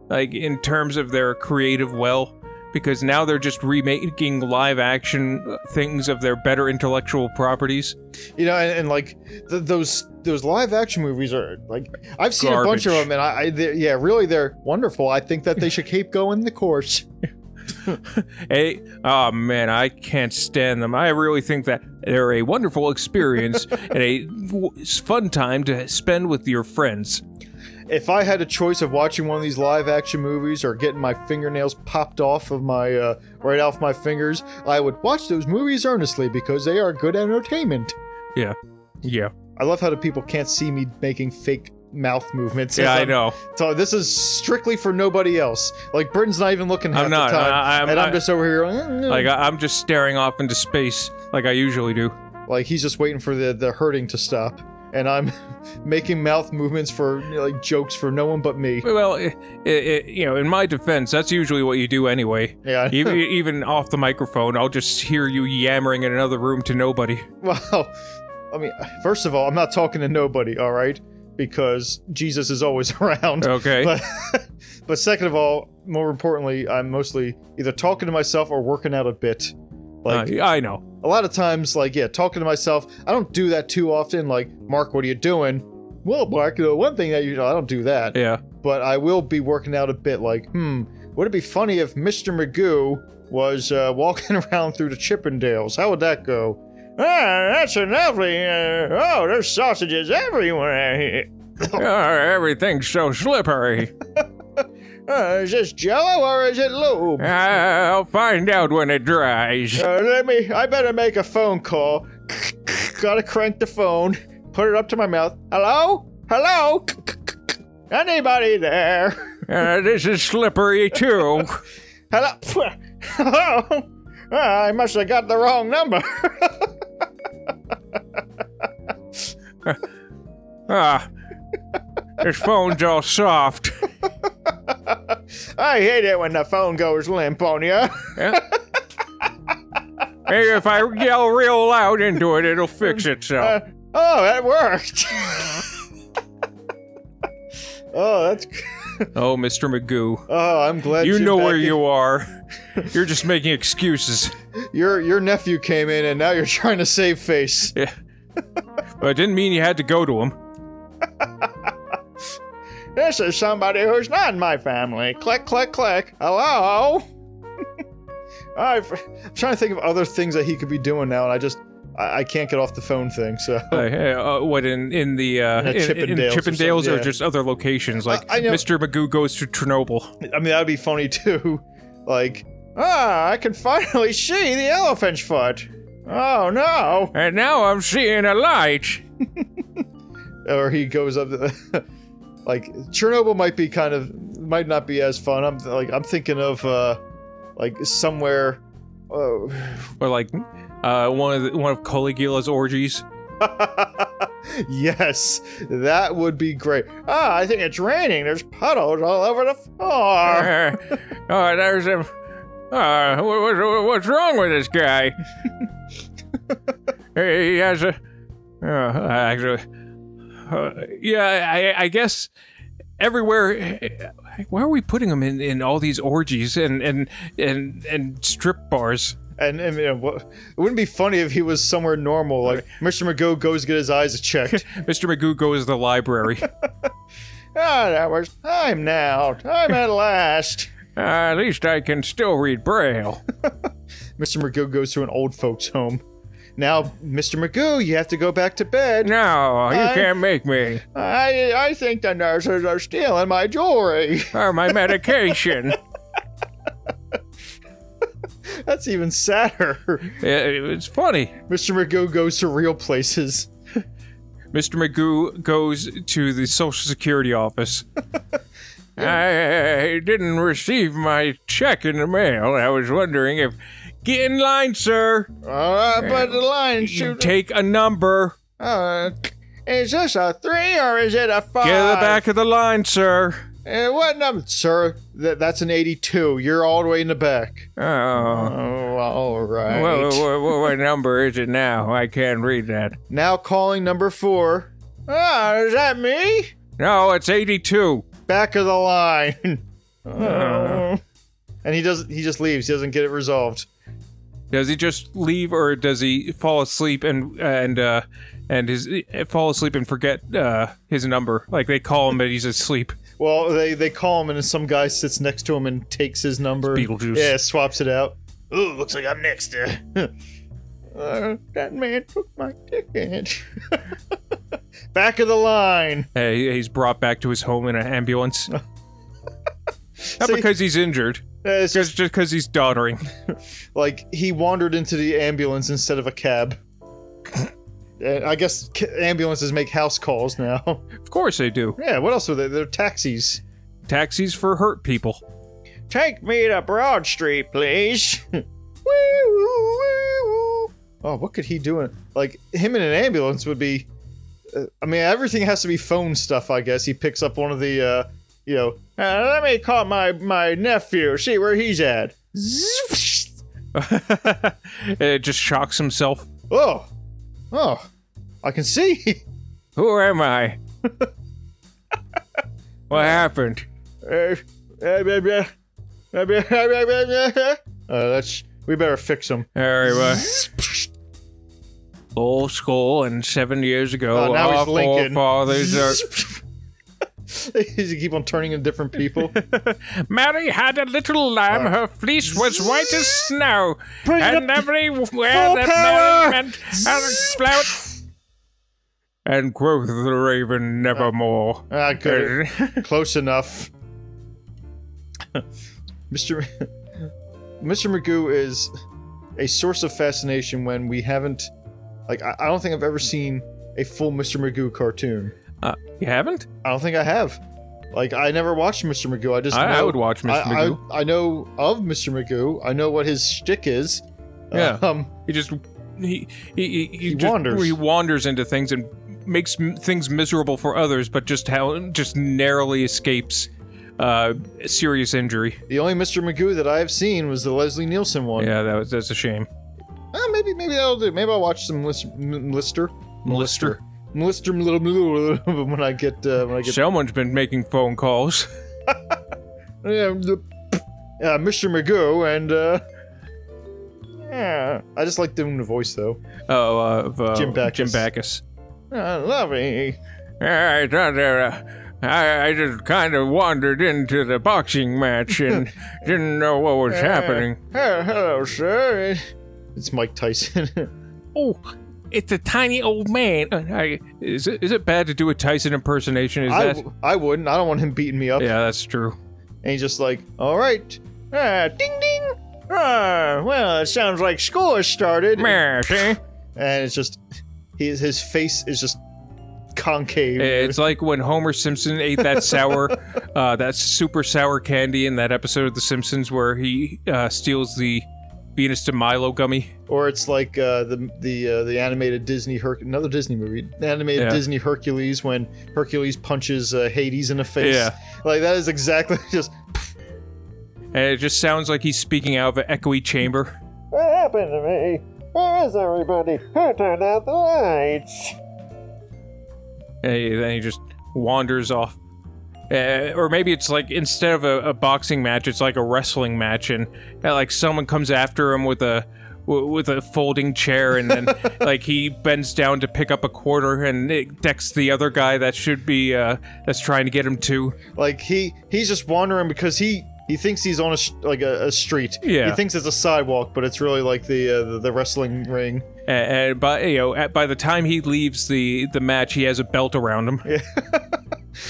B: like in terms of their creative well, because now they're just remaking live action things of their better intellectual properties.
A: you know, and, and like th- those those live action movies are like I've seen a bunch
B: Garbage.
A: of them, and I, I they're- yeah, really they're wonderful. I think that they should keep going the course.
B: Hey, oh man, I can't stand them. I really think that they're a wonderful experience and a w- fun time to spend with your friends.
A: If I had a choice of watching one of these live action movies or getting my fingernails popped off of my uh, right off my fingers, I would watch those movies earnestly because they are good entertainment.
B: Yeah,
A: I love how the people can't see me making fake mouth movements.
B: yeah,
A: as
B: I
A: I'm-
B: know.
A: So this is strictly for nobody else. Like Britain's not even looking half
B: I'm not.
A: the time,
B: I, I'm,
A: and I'm
B: I-
A: just over here. "Mm, mm."
B: like I, I'm just staring off into space, like I usually do.
A: Like he's just waiting for the the hurting to stop, and I'm making mouth movements for you know, like jokes for no one but me.
B: Well, i i i you know, in my defense, that's usually what you do anyway.
A: Yeah.
B: even, even off the microphone, I'll just hear you yammering in another room to nobody.
A: Well, I mean, first of all, I'm not talking to nobody, all right? Because Jesus is always around.
B: Okay.
A: But but second of all, more importantly, I'm mostly either talking to myself or working out a bit. Like
B: Uh, I know.
A: a lot of times, like yeah, talking to myself. I don't do that too often. Like Mark, what are you doing? Well, Mark, you know, one thing that you know, I don't do that.
B: Yeah.
A: but I will be working out a bit like, hmm, would it be funny if Mr. Magoo was uh, walking around through the Chippendales? How would that go? Ah, that's a lovely. Uh, oh, there's sausages everywhere.
B: Ah, everything's so slippery.
A: Uh, is this jello or is it lube?
B: I'll find out when it dries.
A: Uh, let me. I better make a phone call. Gotta crank the phone. Put it up to my mouth. Hello? Hello? Anybody there?
B: Uh, this is slippery too.
A: Hello. Hello. Ah, I must have got the wrong number.
B: Ah, this phone's all soft.
A: I hate it when the phone goes limp on you.
B: Maybe if I yell real loud into it, it'll fix
A: Uh,
B: itself.
A: oh, that worked. oh, that's.
B: Oh, Mr. Magoo.
A: Oh, I'm glad
B: you
A: you're
B: know
A: back
B: where
A: in-
B: you are. You're just making excuses.
A: Your your nephew came in, and now you're trying to save face.
B: But it didn't mean you had to go to him.
A: This is somebody who's not in my family. Click, click, click. Hello. i f- I'm trying to think of other things that he could be doing now, and I just I, I can't get off the phone thing. So.
B: Uh, hey, uh, what in in the uh,
A: In a
B: in, in
A: Oh. Chippendales or something,
B: Chippendales or,
A: yeah. Uh,
B: just other locations like
A: I know-
B: Mr. Magoo goes to Chernobyl.
A: I mean, that'd be funny too. Like, ah, I can finally see the elephant's foot. Oh no!
B: And now I'm seeing a light.
A: Or he goes up to the, like Chernobyl might be kind of might not be as fun. I'm like I'm thinking of uh like somewhere. Oh,
B: Or like uh, one of the, one of Caligula's orgies.
A: yes, that would be great. Ah, I think it's raining. There's puddles all over the floor.
B: Uh, oh, there's a. Uh, what, what, what's wrong with this guy? he has a. Uh, actually, uh, yeah, I, I guess everywhere. Why are we putting him in, in all these orgies and and and and strip bars?
A: And, and you know, what- it wouldn't be funny if he was somewhere normal. Like Mr. McGo goes get his eyes checked.
B: Mr. Magoo goes to the library.
A: Ah, that was time now. Time at last.
B: uh, at least I can still read Braille.
A: Mr. Magoo goes to an old folks' home. Now, Mr. Magoo, you have to go back to bed.
B: No, you
A: I-
B: can't make me.
A: I I think the nurses are stealing my jewelry.
B: Or uh, my medication.
A: That's even sadder.
B: It- it's funny.
A: Mr. Magoo goes to real places.
B: Mr. Magoo goes to the Social Security office. I didn't receive my check in the mail. I was wondering if Get in line, sir.
A: All right, Uh, but the line
B: You
A: shoot.
B: take a number.
A: uh, is this a three or is it a five?
B: Get to the back of the line, sir.
A: Uh, what number, sir? Th- that's an eighty-two. You're all the way in the back.
B: Oh.
A: Oh, all right.
B: What, what, what, what number is it now? I can't read that.
A: Now calling number four. Ah, is that me?
B: No, it's 82.
A: Back of the line. Oh. And he doesn't. He just leaves. He doesn't get it resolved.
B: Does he just leave, or does he fall asleep and and uh, and his fall asleep and forget uh, his number? Like they call him, but he's asleep.
A: Well, they they call him, and some guy sits next to him and takes his number.
B: It's Beetlejuice.
A: Yeah, swaps it out. Ooh, looks like I'm next. uh, uh, that man took my ticket. Back of the line.
B: Uh, he- he's brought back to his home in an ambulance. Not
A: See-
B: because he's injured,
A: Uh, It's
B: just
A: just
B: just because he's doddering.
A: like he wandered into the ambulance instead of a cab. And I guess ca- ambulances make house calls now.
B: Of course they do.
A: Yeah, what else are they? They're taxis.
B: Taxis for hurt people.
A: Take me to Broad Street, please. Woo, woo, woo. Oh, what could he do? In, like him in an ambulance would be. Uh, I mean, everything has to be phone stuff, I guess. He picks up one of the, uh, you know. Uh, let me call my my nephew. See where he's at.
B: it just shocks himself.
A: Oh, oh, I can see.
B: Who am I? what happened?
A: Uh, that's we better fix him. Uh,
B: All right, well, old school and seven years ago,
A: Oh, now he's
B: our
A: Lincoln.
B: forefathers are.
A: They keep on turning into different people.
B: Mary had a little lamb, her fleece was white as snow,
A: Bring it
B: and
A: up
B: everywhere
A: full
B: that
A: power!
B: Mary went, her flout. And quoth the raven nevermore.
A: ah, good. Close enough. Mr. Mr. Magoo is a source of fascination when we haven't. Like, I, I don't think I've ever seen a full Mr. Magoo cartoon.
B: Uh, you haven't?
A: I don't think I have. Like, I never watched Mr. Magoo. I just.
B: I,
A: know,
B: I would watch Mr.
A: I,
B: Magoo.
A: I, I know of Mr. Magoo. I know what his shtick is.
B: Yeah.
A: Um,
B: He just he he, he,
A: He
B: just-
A: wanders.
B: He wanders into things and makes m- things miserable for others, but just how just narrowly escapes uh, serious injury.
A: the only Mr. Magoo that I have seen was the Leslie Nielsen one.
B: Yeah, that was that's a shame.
A: Ah, maybe maybe that'll do. Maybe I'll watch some Lis- M- Lister.
B: Lister.
A: Lister little when I get uh, when I get
B: Someone's been making phone calls.
A: Yeah, the- uh, Mr. Magoo and uh yeah, I just like doing the voice though.
B: Oh, uh, of, uh,
A: Jim Backus.
B: Jim Backus.
A: I Uh, love it.
B: Yeah, I thought that, uh, I, I just kind of wandered into the boxing match and didn't know what was happening.
A: Uh, hello, sir. It's Mike Tyson.
B: Oh, it's a tiny old man. Uh, I, is it is it bad to do a Tyson impersonation? Is
A: I,
B: that?
A: w- I wouldn't. I don't want him beating me up.
B: Yeah, that's true.
A: And he's just like, all right, ah, ding ding. Ah, well, it sounds like school has started.
B: Meh, see?
A: And it's just, his his face is just concave.
B: It's like when Homer Simpson ate that sour, uh, that super sour candy in that episode of The Simpsons where he uh, steals the Venus de Milo gummy.
A: or it's like uh, the the uh, the animated Disney Her- another Disney movie, the animated
B: Yeah.
A: Disney Hercules when Hercules punches uh, Hades in the face.
B: Yeah.
A: like that is exactly just
B: And it just sounds like he's speaking out of an echoey chamber.
A: what happened to me. Where is everybody? Who turned out the lights?
B: And he- then he just wanders off. Uh, or maybe it's like instead of a, a boxing match, it's like a wrestling match, and uh, like someone comes after him with a w- with a folding chair, and then like he bends down to pick up a quarter and it decks the other guy that should be uh, that's trying to get him too.
A: Like he he's just wandering because he he thinks he's on a sh- like a, a street.
B: Yeah.
A: he thinks it's a sidewalk, but it's really like the uh, the, the wrestling ring.
B: And, and by you know, at, by the time he leaves the the match, he has a belt around him.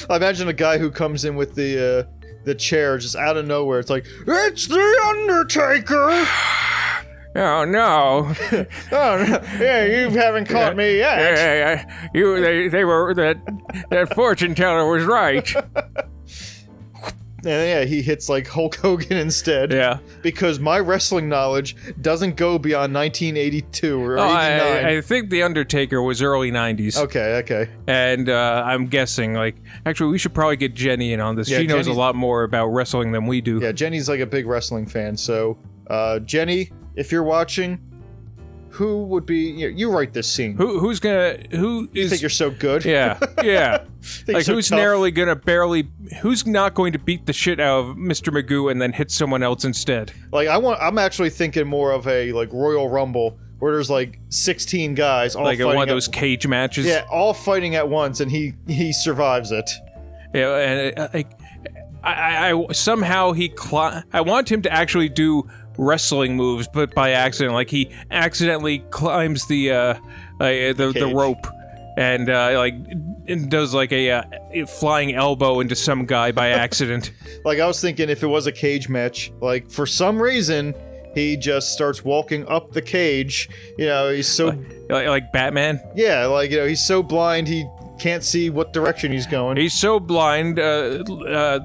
A: I imagine a guy who comes in with the uh, the chair just out of nowhere. It's like it's the Undertaker.
B: Oh no!
A: Oh, no. yeah, you haven't caught me
B: Hey,
A: yet.
B: hey, hey, you they, they were that that fortune teller was right.
A: And yeah, he hits like Hulk Hogan instead
B: Yeah.
A: because my wrestling knowledge doesn't go beyond 1982 or
B: Oh,
A: 89.
B: I, I think The Undertaker was early 90s.
A: okay, okay.
B: And uh, I'm guessing, like, actually, we should probably get Jenny in on this.
A: Yeah,
B: she knows
A: Jenny's-
B: a lot more about wrestling than we do.
A: Yeah, Jenny's like a big wrestling fan. So, uh, Jenny, if you're watching, who would be you, you write this scene?
B: Who, who's gonna? Who
A: you
B: is-
A: think you're so good?
B: yeah, yeah.
A: Think you're
B: like,
A: so
B: who's
A: tough?
B: narrowly gonna barely? Who's not going to beat the shit out of Mr. Magoo and then hit someone else instead?
A: Like I want. I'm actually thinking more of a like Royal Rumble where there's like 16 guys all
B: like in
A: fighting
B: one of
A: at-
B: those cage matches.
A: yeah, all fighting at once, and he he survives it.
B: Yeah, and uh, like, I, I, I somehow he. Cli- I want him to actually do wrestling moves, but by accident, like he accidentally climbs the uh, uh the, the
A: Cage.
B: rope, and uh, like and does like a uh, flying elbow into some guy by accident.
A: Like I was thinking, if it was a cage match, like for some reason he just starts walking up the cage. You know, he's so
B: like, like Batman.
A: yeah, like you know, he's so blind he can't see what direction he's going.
B: He's so blind uh, uh,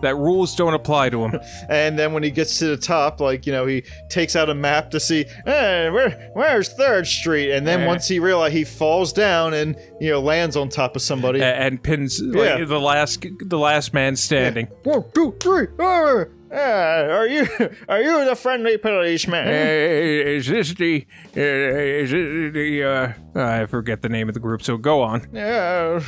B: that rules don't apply to him.
A: And then when he gets to the top, like you know, he takes out a map to see, hey, where where's Third Street? And then
B: Eh.
A: once he realizes, he falls down and you know lands on top of somebody.
B: A- and pins like,
A: Yeah.
B: the last the last man standing.
A: One, two, three. four. Ah, are you are you the friendly policeman?
B: Uh, Eh. is this the uh, is it the uh, I forget the name of the group. So go on.
A: Yeah, Eh,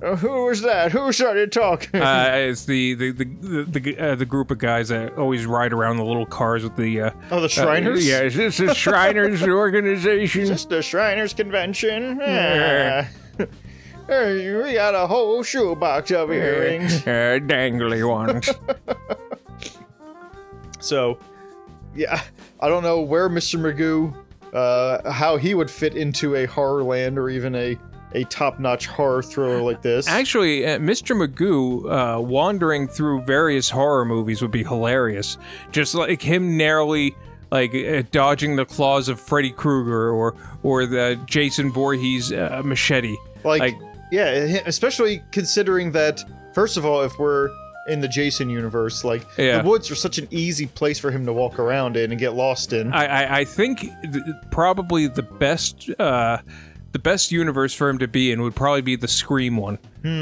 A: well, who was that? Who started talking?
B: Uh, it's the the the the, the, uh, the group of guys that always ride around the little cars with the uh,
A: oh, the Shriners.
B: yeah, is this the Shriners organization?
A: It's the Shriners convention.
B: Eh.
A: Yeah. Hey, we got a whole shoebox
B: Eh.
A: of earrings.
B: Uh, dangly ones.
A: So, yeah, I don't know where Mr. Magoo, uh, how he would fit into a horror land or even a a top-notch horror thriller like this.
B: Actually, uh, Mr. Magoo uh, wandering through various horror movies would be hilarious. Just like him narrowly like uh, dodging the claws of Freddy Krueger or or the Jason Voorhees uh, machete.
A: like,
B: Like-
A: yeah especially considering that first of all if we're in the jason universe like
B: Yeah.
A: the woods are such an easy place for him to walk around in and get lost in
B: I I, I think th- probably the best. Uh, the best universe for him to be in would probably be the Scream one,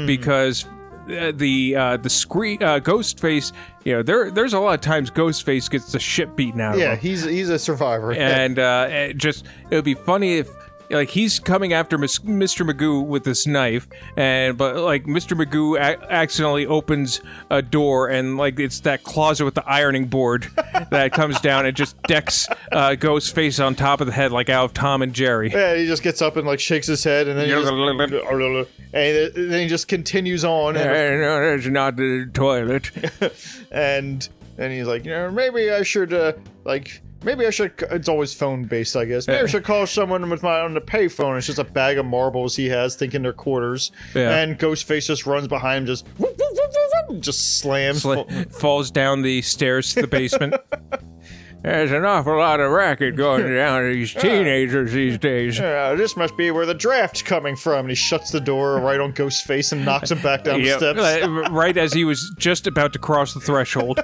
B: because uh, the uh, the Scream uh, Ghostface, you know, there there's a lot of times Ghostface gets the shit beaten out of him.
A: yeah he's he's a survivor
B: and uh, it just it would be funny if like he's coming after Mis- Mr. Magoo with this knife, and but like Mr. Magoo a- accidentally opens a door, and like it's that closet with the ironing board that comes down and just decks uh, Ghost's face on top of the head, like out of Tom and Jerry.
A: yeah, he just gets up and like shakes his head, and then he just, and then he just continues on, and,
B: Eh, no, that's not the toilet.
A: and and he's like, you know, maybe I should uh, like maybe I should. c- It's always phone based, I guess. Maybe I should call someone with my on the payphone. It's just a bag of marbles he has, thinking they're quarters.
B: Yeah.
A: And Ghostface just runs behind him, just whoop, whoop, whoop, whoop, whoop, just slams.
B: Sla-
A: full-
B: falls down the stairs to the basement. There's an awful lot of racket going down to these teenagers these days.
A: Uh, this must be where the draft's coming from. And he shuts the door right on Ghostface and knocks him back down
B: Yep.
A: the steps.
B: Uh, right as he was just about to cross the threshold.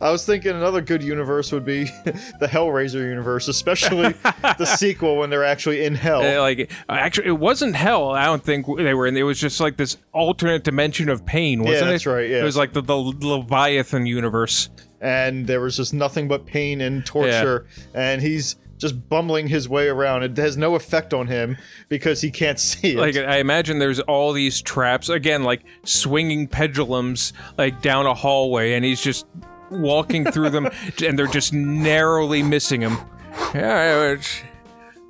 A: I was thinking another good universe would be the Hellraiser universe, especially the sequel when they're actually in hell.
B: Uh, like, uh, actually, it wasn't hell. I don't think they were in. It was just like this alternate dimension of pain, wasn't
A: that's
B: it?
A: right, yeah.
B: It was like the, the Leviathan universe.
A: and there was just nothing but pain and torture and he's just bumbling his way around it has no effect on him because he can't see it
B: Like, I imagine there's all these traps. Again, like swinging pendulums, like down a hallway, and he's just walking through them, and they're just narrowly missing him. Yeah, it's,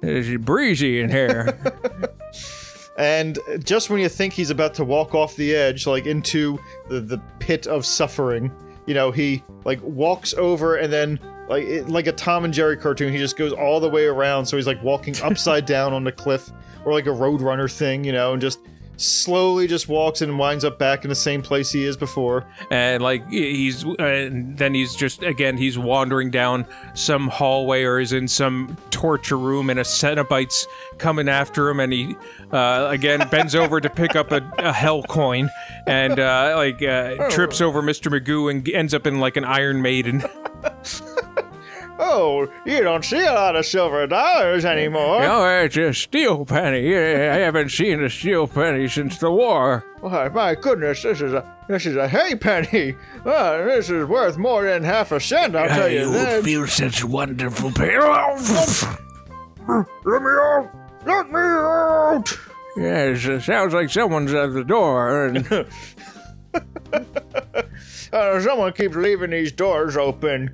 B: it's breezy in here.
A: and just when you think he's about to walk off the edge like into the, the pit of suffering you know he like walks over and then like it, like a tom and jerry cartoon he just goes all the way around so he's like walking upside down on the cliff or like a roadrunner thing you know and just slowly just walks and winds up back in the same place he is before.
B: and like he's and then he's just again he's wandering down some hallway or is in some torture room and a cenobite's coming after him and he uh, again bends over to pick up a, a hell coin and uh, like uh, trips over Mr. Magoo and ends up in like an Iron Maiden.
A: Oh, you don't see a lot of silver dollars anymore.
B: oh, it's a steel penny. I haven't seen a steel penny since the war.
A: Why, my goodness, this is a this is a hay penny. Ah, this is worth more than half a cent, I'll tell you that.
B: feel such wonderful pain.
A: Let me out! Let me out!
B: Yes, it sounds like someone's at the door. And
A: Uh, someone keeps leaving these doors open.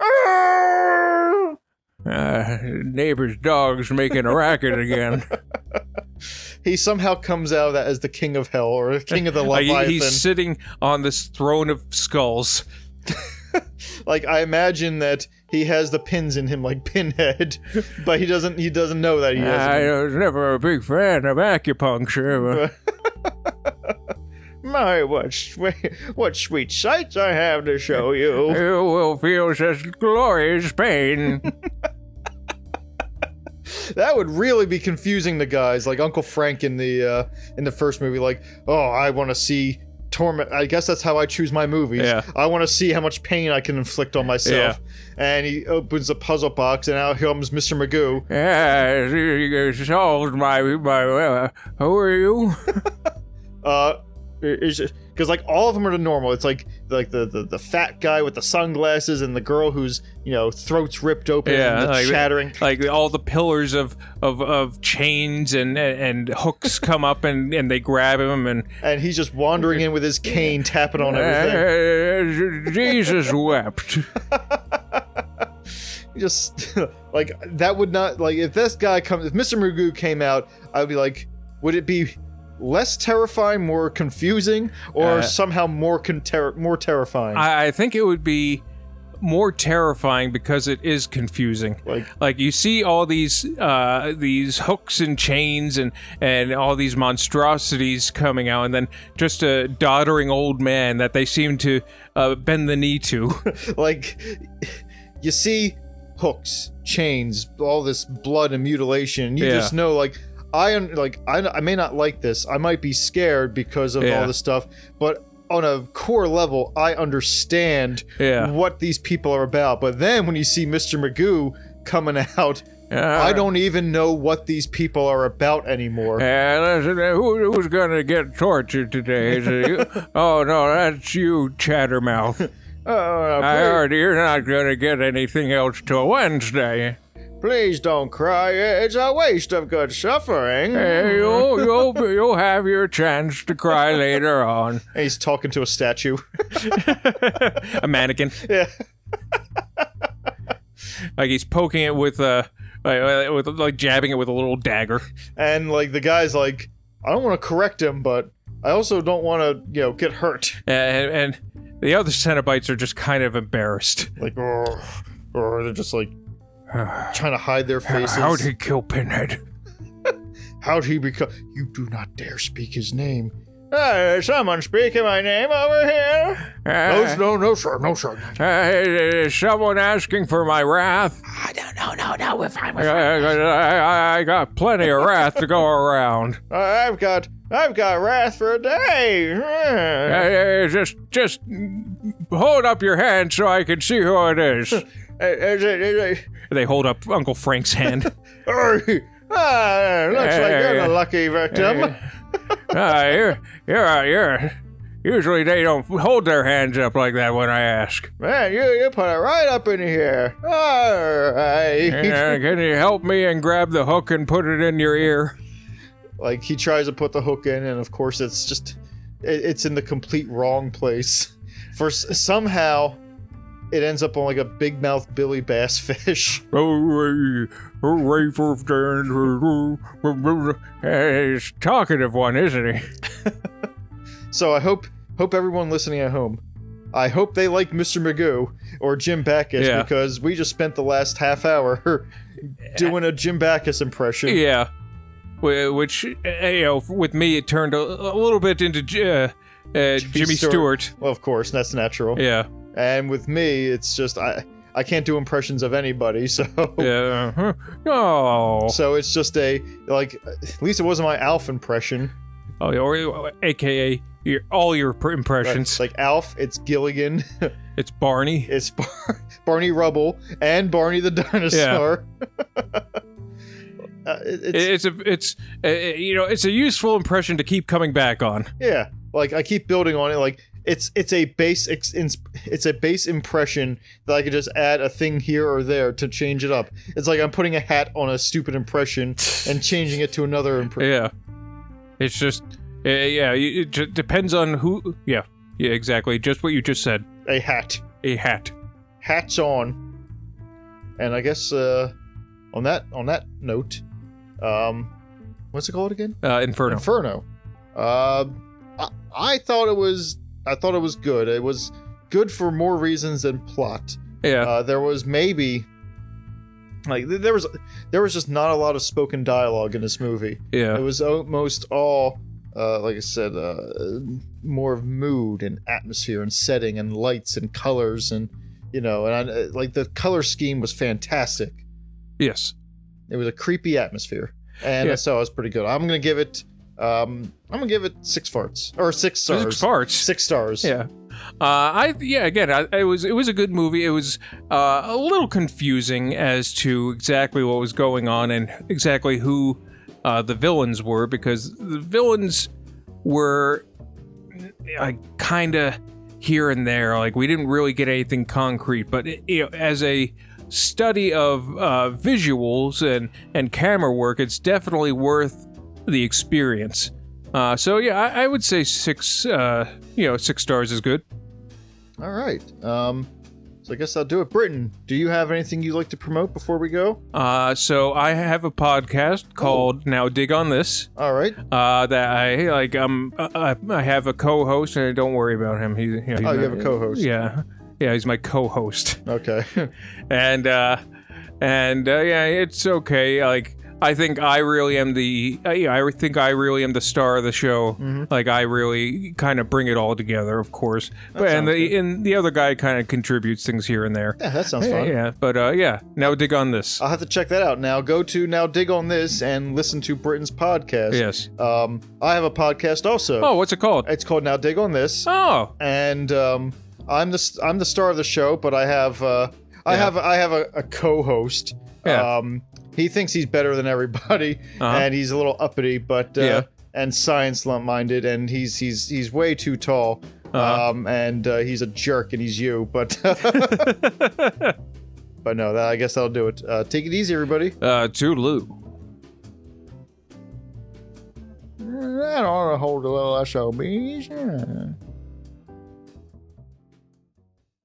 A: Ah!
B: uh, neighbor's dog's making a racket again.
A: he somehow comes out of that as the king of hell or the king of the
B: Like,
A: Leviathan.
B: he's sitting on this throne of skulls.
A: like I imagine that he has the pins in him like pinhead, but he doesn't he doesn't know that he has.
B: I was never a big fan of acupuncture.
A: My what swe- what sweet sights I have to show you.
B: But you will feel such glorious pain.
A: That would really be confusing to guys like Uncle Frank in the uh, in the first movie. Like, oh, I want to see torment. I guess that's how I choose my movies.
B: Yeah.
A: I want to see how much pain I can inflict on myself. And he opens the puzzle box, and out comes Mr. Magoo.
B: yes, you- you solved my my. Uh, who are you?
A: Uh, because like all of them are the normal. It's like like the, the the fat guy with the sunglasses and the girl who's you know throats ripped open
B: Yeah,
A: and the
B: like-
A: chattering.
B: Like all the pillars of of, of chains and, and and hooks come up and and they grab him and
A: And he's just wandering in with his cane, tapping on everything.
B: Uh, Jesus wept.
A: just like that would not like if this guy comes if Mr. Magoo came out, I would be like, would it be less terrifying, more confusing, or
B: Uh,
A: somehow more con- ter- more terrifying?
B: I, I think it would be more terrifying because it is confusing.
A: like
B: Like you see all these uh, these hooks and chains and and all these monstrosities coming out, and then just a doddering old man that they seem to uh, bend the knee to.
A: like you see hooks, chains, all this blood and mutilation. You
B: Yeah.
A: just know like I un- like I, I may not like this. I might be scared because of
B: Yeah.
A: all this stuff, but on a core level, I understand
B: yeah,
A: what these people are about. But then when you see Mr. Magoo coming out, I don't even know what these people are about anymore.
B: And listen, who, who's gonna get tortured today? Is it you? oh no, that's you, Chattermouth.
A: Uh, uh,
B: I
A: please-
B: heard you're not going to get anything else till Wednesday.
A: please, don't cry. It's a waste of good suffering.
B: Hey, you'll, you'll, be- you'll have your chance to cry later on.
A: And He's talking to a statue.
B: A mannequin.
A: yeah.
B: Like he's poking it with a. Like, uh, with like jabbing it with a little dagger.
A: And like the guy's like, I don't want to correct him, but I also don't want to, you know, get hurt.
B: And, and the other Cenobites are just kind of embarrassed.
A: Like, or, or they're just like trying to hide their faces.
B: How'd he kill Pinhead?
A: How'd he become? You do not dare speak his name. Hey, someone speaking my name over here. No,
B: Uh,
A: no, no, sir, no, sir.
B: uh, is someone asking for my wrath?
C: I don't know, no, no, we're fine,
B: Uh,
C: we're fine.
B: I, I got plenty of wrath to go around.
A: I- I've got, I've got wrath for a day.
B: Uh, just, just hold up your hand so I can see who it is.
A: Is it, is it,
B: They hold up Uncle Frank's hand.
A: Urgh. ah, looks like you're the lucky victim.
B: Ah, you're, you're, you're. Usually they don't hold their hands up like that when I ask.
A: Man, you, you put it right up in here. All right.
B: Yeah, can you help me and grab the hook and put it in your ear?
A: Like he tries to put the hook in, and of course it's just, it, it's in the complete wrong place. For s- somehow, it ends up on like a big mouth Billy Bass fish.
B: Hooray, hooray for Dan. Hey, He's talkative one, isn't he?
A: So I hope hope everyone listening at home, I hope they like Mr. Magoo or Jim Backus
B: Yeah.
A: because we just spent the last half hour doing a Jim Backus impression.
B: Yeah. wh- which uh, you know, with me it turned a, a little bit into J- uh, uh, Jimmy
A: Stewart.
B: Stewart.
A: Well, of course, that's natural.
B: Yeah,
A: And with me, it's just I I can't do impressions of anybody, so
B: yeah. huh. Oh,
A: so it's just a like at least it wasn't my Alf impression.
B: oh, yeah, or, AKA your, all your pr-
A: Right?
B: impressions.
A: Like Alf, it's Gilligan,
B: It's Barney.
A: it's Bar- Barney Rubble, and Barney the dinosaur. Uh, it- it's,
B: It- It's, a it's uh, you know it's a useful impression to keep coming back on.
A: Yeah, like I keep building on it. Like it's it's a base ex, ins- it's a base impression that I could just add a thing here or there to change it up. It's like I'm putting a hat on a stupid impression and changing it to another impression.
B: Yeah, it's just uh, yeah. you- It just depends on who. Yeah, yeah, exactly. Just what you just said.
A: A hat,
B: A hat.
A: hats on. And I guess uh, on that on that note, um, what's it called again?
B: Uh, Inferno.
A: Inferno. Uh, I, I thought it was I thought it was good. It was good for more reasons than plot.
B: yeah.
A: uh, there was maybe like th- there was there was just not a lot of spoken dialogue in this movie.
B: yeah.
A: It was almost all uh, like I said, uh, more of mood and atmosphere and setting and lights and colors and you know and I, like the color scheme was fantastic.
B: Yes.
A: It was a creepy atmosphere, and
B: Yeah.
A: so it was pretty good. I'm gonna give it. Um, I'm gonna give it six farts or six stars.
B: Six parts.
A: Six stars.
B: Yeah. Uh, I yeah again I, it was it was a good movie it was uh, a little confusing as to exactly what was going on and exactly who uh, the villains were because the villains were like kind of here and there like we didn't really get anything concrete but you know as a study of uh, visuals and and camera work it's definitely worth the experience uh, so yeah I, I would say six uh, you know six stars is good
A: All right. Um, so I guess I'll do it. Britain, do you have anything you'd like to promote before we go?
B: Uh, so I have a podcast called Now Dig on This.
A: All right.
B: Uh, that I like. Um, I, I- I have a co-host, and don't worry about him. He, you know, he's
A: Oh, you
B: not-
A: have a co-host.
B: Yeah, yeah, he's my co-host,
A: Okay.
B: and uh, and uh, yeah, it's okay. Like I think I really am the. Uh, yeah, I think I really am the star of the show.
A: Mm-hmm.
B: Like I really kind of bring it all together, of course. But and
A: sounds
B: the
A: good.
B: and the other guy kind of contributes things here and there.
A: yeah, that sounds
B: Yeah,
A: fun. Oh,
B: yeah, but uh, yeah. Now dig on this.
A: I'll have to check that out now. Go to now dig on this and listen to Britain's podcast.
B: yes.
A: Um, I have a podcast also.
B: Oh, what's it called?
A: It's called Now Dig on This,
B: Oh,
A: and um, I'm the s- I'm the star of the show, but I have uh, I
B: Yeah.
A: have I have a, a co-host.
B: Yeah.
A: Um, he thinks he's better than everybody,
B: Uh-huh.
A: and he's a little uppity, but uh,
B: Yeah.
A: and science minded, and he's he's he's way too tall,
B: Uh-huh.
A: um, and uh, he's a jerk, and he's you, but but no, that, I guess that'll do it. Uh, take it easy, everybody.
B: uh, Toodaloo.
A: I don't want to hold a little SOBs.